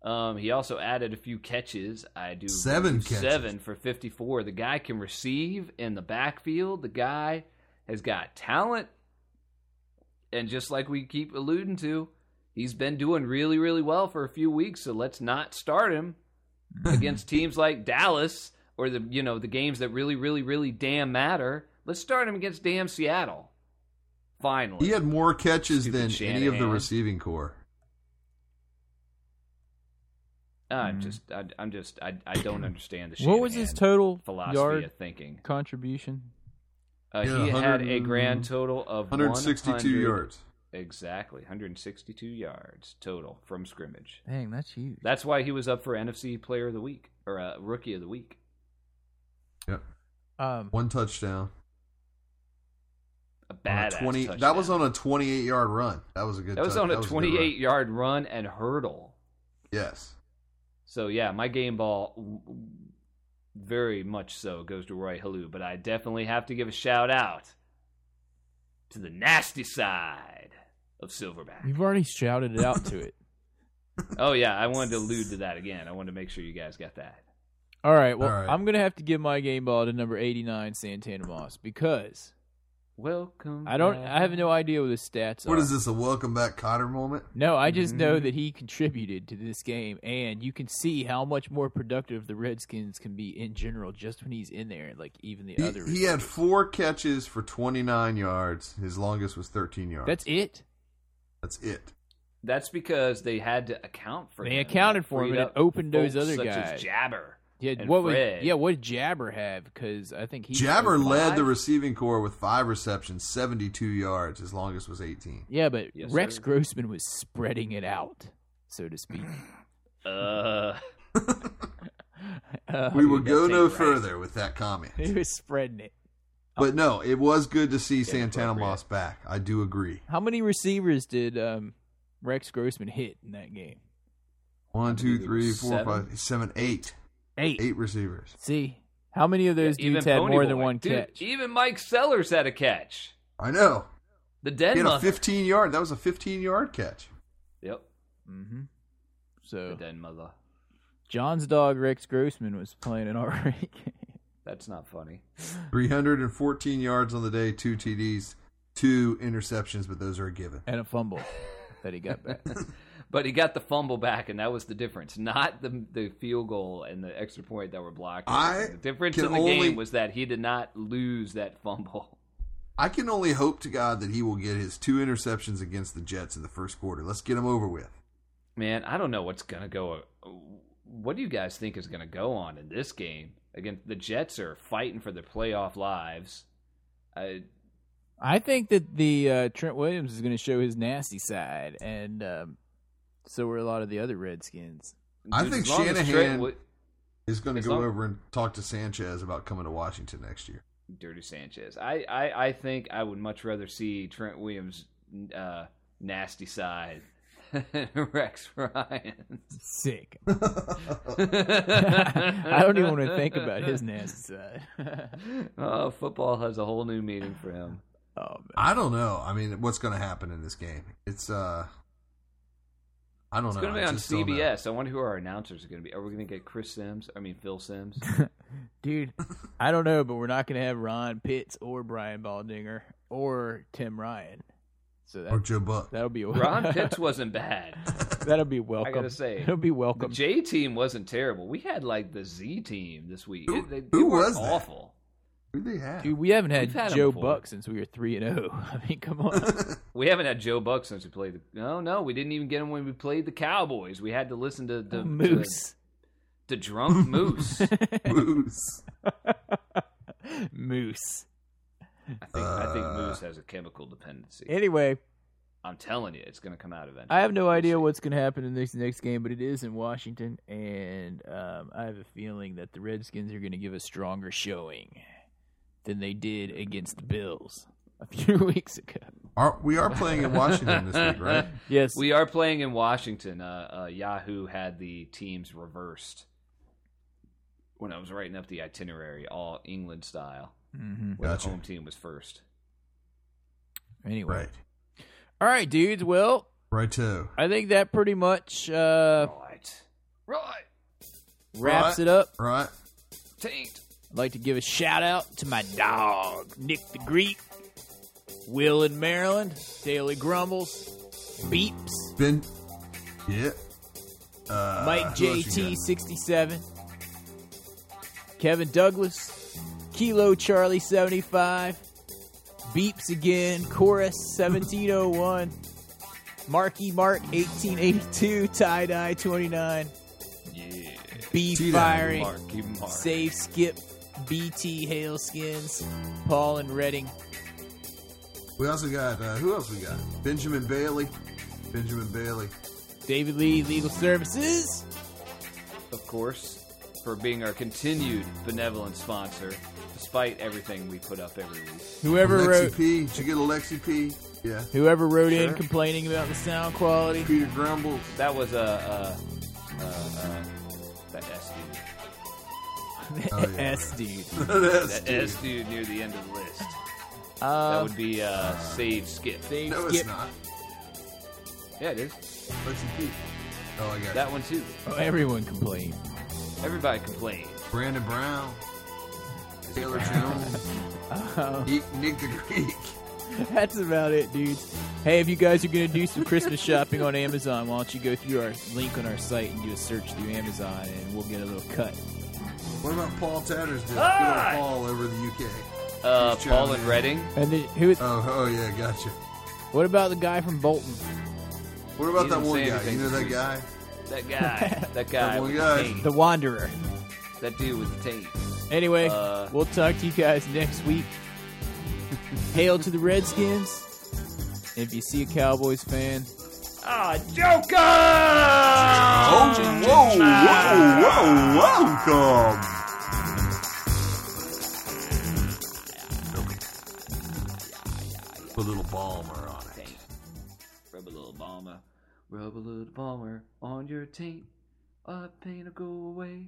Speaker 5: Um, he also added a few catches. I do
Speaker 4: Seven
Speaker 5: believe seven for 54. The guy can receive in the backfield. The guy has got talent, and just like we keep alluding to, he's been doing really, really well for a few weeks. So let's not start him against teams like Dallas or the you know the games that really, really, really damn matter. Let's start him against damn Seattle. Finally,
Speaker 4: He had more catches
Speaker 5: Stupid
Speaker 4: than any of the
Speaker 5: Shanahan.
Speaker 4: receiving core.
Speaker 5: I'm just, I, I'm just, I, I don't understand the.
Speaker 3: Mm. What was his
Speaker 5: Shanahan
Speaker 3: total
Speaker 5: philosophy
Speaker 3: yard
Speaker 5: of thinking?
Speaker 3: contribution?
Speaker 5: Uh,
Speaker 4: Yeah,
Speaker 5: he had a
Speaker 4: 100
Speaker 5: grand total of
Speaker 4: 162
Speaker 5: 100
Speaker 4: yards.
Speaker 5: Exactly, 162 yards total from scrimmage.
Speaker 3: Dang, that's huge.
Speaker 5: That's why he was up for NFC Player of the Week or uh, Rookie of the Week.
Speaker 4: Yep.
Speaker 3: Um,
Speaker 4: One touchdown.
Speaker 5: A
Speaker 4: on a
Speaker 5: badass
Speaker 4: 20
Speaker 5: touchdown.
Speaker 4: that was on a 28 yard run. That was a good
Speaker 5: that was
Speaker 4: tou-
Speaker 5: on a
Speaker 4: a good run.
Speaker 5: 28 yard run and hurdle.
Speaker 4: Yes.
Speaker 5: So yeah, my game ball w- w- very much so goes to Roy Halou, but I definitely have to give a shout out to the nasty side of Silverback.
Speaker 3: you've already shouted it out to it.
Speaker 5: oh yeah, I wanted to allude to that again. I wanted to make sure you guys got that.
Speaker 3: All right. Well, I'm gonna have to give my game ball to number 89 Santana Moss because
Speaker 5: welcome.
Speaker 3: I don't.
Speaker 5: back.
Speaker 3: I have no idea what his stats
Speaker 4: What
Speaker 3: are.
Speaker 4: is this? A welcome back Cotter moment?
Speaker 3: No, I just
Speaker 5: Mm-hmm.
Speaker 3: know that he contributed to this game, and you can see how much more productive the Redskins can be in general just when he's in there. Like even the
Speaker 4: He,
Speaker 3: other,
Speaker 4: he had four catches for 29 yards. His longest was 13 yards.
Speaker 3: that's it.
Speaker 4: That's it.
Speaker 5: That's because they had to account for.
Speaker 3: They
Speaker 5: him.
Speaker 3: accounted for
Speaker 5: Freed
Speaker 3: him, and it
Speaker 5: up
Speaker 3: opened those
Speaker 5: folks
Speaker 3: other
Speaker 5: such
Speaker 3: guys.
Speaker 5: As Jabber.
Speaker 3: Yeah,
Speaker 5: and
Speaker 3: what would-
Speaker 5: Fred.
Speaker 3: yeah, what did Jabber have? Because I think he
Speaker 4: Jabber
Speaker 3: had
Speaker 4: led
Speaker 3: five.
Speaker 4: the receiving corps with five receptions, 72 yards. His longest was 18.
Speaker 3: Yeah, but
Speaker 5: Yes,
Speaker 3: Rex
Speaker 5: sir.
Speaker 3: Grossman was spreading it out, so to speak.
Speaker 5: Uh,
Speaker 3: Uh,
Speaker 4: we will
Speaker 3: that's
Speaker 4: go
Speaker 3: it,
Speaker 4: no
Speaker 3: Rex.
Speaker 4: further with that comment.
Speaker 3: He was spreading it.
Speaker 4: But no, it was good to see Santana Moss back. I do agree.
Speaker 3: How many receivers did um, Rex Grossman hit in that game?
Speaker 4: One, two, three, four,
Speaker 3: Seven.
Speaker 4: five, seven, eight.
Speaker 3: Eight.
Speaker 4: Eight receivers.
Speaker 3: See, how many of those
Speaker 5: even
Speaker 3: dudes had
Speaker 5: Pony
Speaker 3: more
Speaker 5: Boy.
Speaker 3: than one
Speaker 5: Dude,
Speaker 3: catch?
Speaker 5: Even Mike Sellers had a catch.
Speaker 4: I know.
Speaker 5: The
Speaker 4: He
Speaker 5: dead
Speaker 4: had a
Speaker 5: mother.
Speaker 4: 15 yard. That was a 15 yard catch.
Speaker 5: Yep.
Speaker 3: Mm-hmm.
Speaker 5: The
Speaker 3: So
Speaker 5: dead mother.
Speaker 3: John's dog Rex Grossman was playing an all right game.
Speaker 5: That's not funny.
Speaker 4: 314 yards on the day, two TDs, two interceptions, but those are a given.
Speaker 3: and a fumble that he got back.
Speaker 5: But he got the fumble back, and that was the difference. Not the the field goal and the extra point that were blocked.
Speaker 4: I
Speaker 5: the difference
Speaker 4: can
Speaker 5: in the
Speaker 4: only-
Speaker 5: game was that he did not lose that fumble.
Speaker 4: I can only hope to God that he will get his two interceptions against the Jets in the first quarter. Let's get him over with.
Speaker 5: Man, I don't know what's gonna go. What do you guys think is gonna go on in this game? Again, the Jets are fighting for their playoff lives. I,
Speaker 3: I think that the uh, Trent Williams is going to show his nasty side, and um, so are a lot of the other Redskins.
Speaker 4: I
Speaker 5: dude,
Speaker 4: think
Speaker 5: as long as Trent
Speaker 4: Shanahan-
Speaker 5: Wi-
Speaker 4: He's going to
Speaker 5: As
Speaker 4: go
Speaker 5: long-
Speaker 4: over and talk to Sanchez about coming to Washington next year.
Speaker 5: Dirty Sanchez. I, I, I think I would much rather see Trent Williams' uh, nasty side than Rex Ryan.
Speaker 3: Sick. I
Speaker 5: I
Speaker 3: don't even want to think about his nasty side.
Speaker 5: Oh, football has a whole new meaning for him.
Speaker 3: oh man.
Speaker 4: I don't know. I mean, what's going to happen in this game? It's uh, I don't
Speaker 5: It's
Speaker 4: know.
Speaker 5: going to be
Speaker 4: Oh, I
Speaker 5: on
Speaker 4: just don't know.
Speaker 5: CBS. I wonder who our announcers are going to be. Are we going to get Chris Sims? I mean, Phil Sims.
Speaker 3: Dude, I don't know, but we're not going to have Ron Pitts or Brian Baldinger or Tim Ryan. So
Speaker 4: Or
Speaker 3: that
Speaker 4: Joe Buck.
Speaker 3: that'll be
Speaker 5: Ron Pitts wasn't bad.
Speaker 3: that'll be welcome.
Speaker 5: say,
Speaker 3: it'll be
Speaker 5: The
Speaker 3: welcome.
Speaker 5: J team wasn't terrible. We had like the Z team this week.
Speaker 4: Who-
Speaker 5: It- they,
Speaker 4: who
Speaker 5: they weren't
Speaker 4: was that?
Speaker 5: awful.
Speaker 4: Who they have?
Speaker 3: Dude, we haven't had,
Speaker 5: We've had 'em
Speaker 3: Joe
Speaker 5: before.
Speaker 3: Buck since we were three and zero. I mean, come on.
Speaker 5: We haven't had Joe Buck since we played. The, no, no, we didn't even get him when we played the Cowboys. We had to listen to the
Speaker 3: Moose,
Speaker 5: to, to drunk Moose. I think
Speaker 4: Moose.
Speaker 3: moose.
Speaker 5: I think
Speaker 4: Uh.
Speaker 5: Moose has a chemical dependency.
Speaker 3: Anyway,
Speaker 5: I'm telling you, it's going to come out eventually.
Speaker 3: I have no
Speaker 5: We'll
Speaker 3: idea
Speaker 5: see.
Speaker 3: what's going to happen in this next game, but it is in Washington, and um, I have a feeling that the Redskins are going to give a stronger showing than they did against the Bills a few weeks ago.
Speaker 4: Are, we are playing in Washington this week, right?
Speaker 3: Yes,
Speaker 5: We are playing in Washington. Uh, uh, Yahoo had the teams reversed when I was writing up the itinerary, all England style.
Speaker 3: hmm
Speaker 5: Where
Speaker 4: Gotcha.
Speaker 5: the home team was first.
Speaker 3: Anyway,
Speaker 4: Right.
Speaker 3: all right, dudes. Well,
Speaker 4: Right too.
Speaker 3: I think that pretty much uh,
Speaker 5: Right, right,
Speaker 3: wraps
Speaker 4: Right.
Speaker 3: it up.
Speaker 4: Right.
Speaker 5: taint.
Speaker 3: I'd like to give a shout out to my dog, Nick the Greek, Will in Maryland, Daily Grumbles, Beeps,
Speaker 4: Ben. Yeah. Uh,
Speaker 3: Mike
Speaker 4: who else you got?
Speaker 3: JT67, Kevin Douglas, Kilo Charlie 75, Beeps again, Chorus 1701, Marky Mark 1882, Tie Dye 29,
Speaker 5: Yeah.
Speaker 3: B
Speaker 4: T-Dye
Speaker 3: Firing,
Speaker 5: Marky Mark.
Speaker 3: Save Skip, BT Hailskins, Paul and Redding.
Speaker 4: We also got uh, who else we got? Benjamin Bailey. Benjamin Bailey.
Speaker 3: David Lee Legal Services.
Speaker 5: Of course, for being our continued benevolent sponsor, despite everything we put up every week.
Speaker 3: Whoever
Speaker 4: Alexi
Speaker 3: wrote
Speaker 4: P. Did you get Alexi P? Yeah.
Speaker 3: whoever wrote in
Speaker 5: Sure.
Speaker 3: complaining about the sound quality.
Speaker 4: Peter Grumbles.
Speaker 5: That was a. Uh, uh, uh, that S dude.
Speaker 4: Oh, yeah.
Speaker 3: S dude.
Speaker 4: That's
Speaker 5: That
Speaker 4: dude.
Speaker 5: S dude near the end of the list. That
Speaker 3: Um,
Speaker 5: would be uh, Save Skip.
Speaker 3: Dave
Speaker 4: No, it's
Speaker 3: Skip.
Speaker 4: not.
Speaker 5: Yeah, it is.
Speaker 4: Alexi P. Oh, I got
Speaker 5: that one too.
Speaker 3: Oh, everyone complained.
Speaker 5: Everybody complained.
Speaker 4: Brandon Brown, Taylor Jones, Nick, Nick the Greek.
Speaker 3: Um, That's about it, dudes. Hey, if you guys are going to do some Christmas shopping on Amazon, why don't you go through our link on our site and do a search through Amazon, and we'll get a little cut.
Speaker 4: What about Paul Tatters? Good
Speaker 3: Ah!
Speaker 4: old Paul over the UK.
Speaker 5: Uh,
Speaker 4: He's
Speaker 5: Paul
Speaker 4: German.
Speaker 5: and Redding.
Speaker 3: And then who is?
Speaker 4: Oh, oh yeah, gotcha.
Speaker 3: What about the guy from Bolton?
Speaker 4: What about
Speaker 5: He
Speaker 4: that
Speaker 5: didn't
Speaker 4: one
Speaker 5: say
Speaker 4: guy? You
Speaker 5: anything
Speaker 4: know
Speaker 5: this
Speaker 4: that
Speaker 5: week.
Speaker 4: guy?
Speaker 5: That guy. That guy.
Speaker 4: That one
Speaker 5: with the
Speaker 4: guy.
Speaker 5: tape.
Speaker 3: The Wanderer.
Speaker 5: That dude with the tape.
Speaker 3: Anyway,
Speaker 5: Uh,
Speaker 3: we'll talk to you guys next week. Hail to the Redskins! If you see a Cowboys fan,
Speaker 8: Ah, Joker!
Speaker 4: whoa, whoa, whoa,
Speaker 5: Ah.
Speaker 4: welcome. Put a little balmer on it.
Speaker 5: Rub a little bomber. Rub a little bomber on your taint. I paint a go away.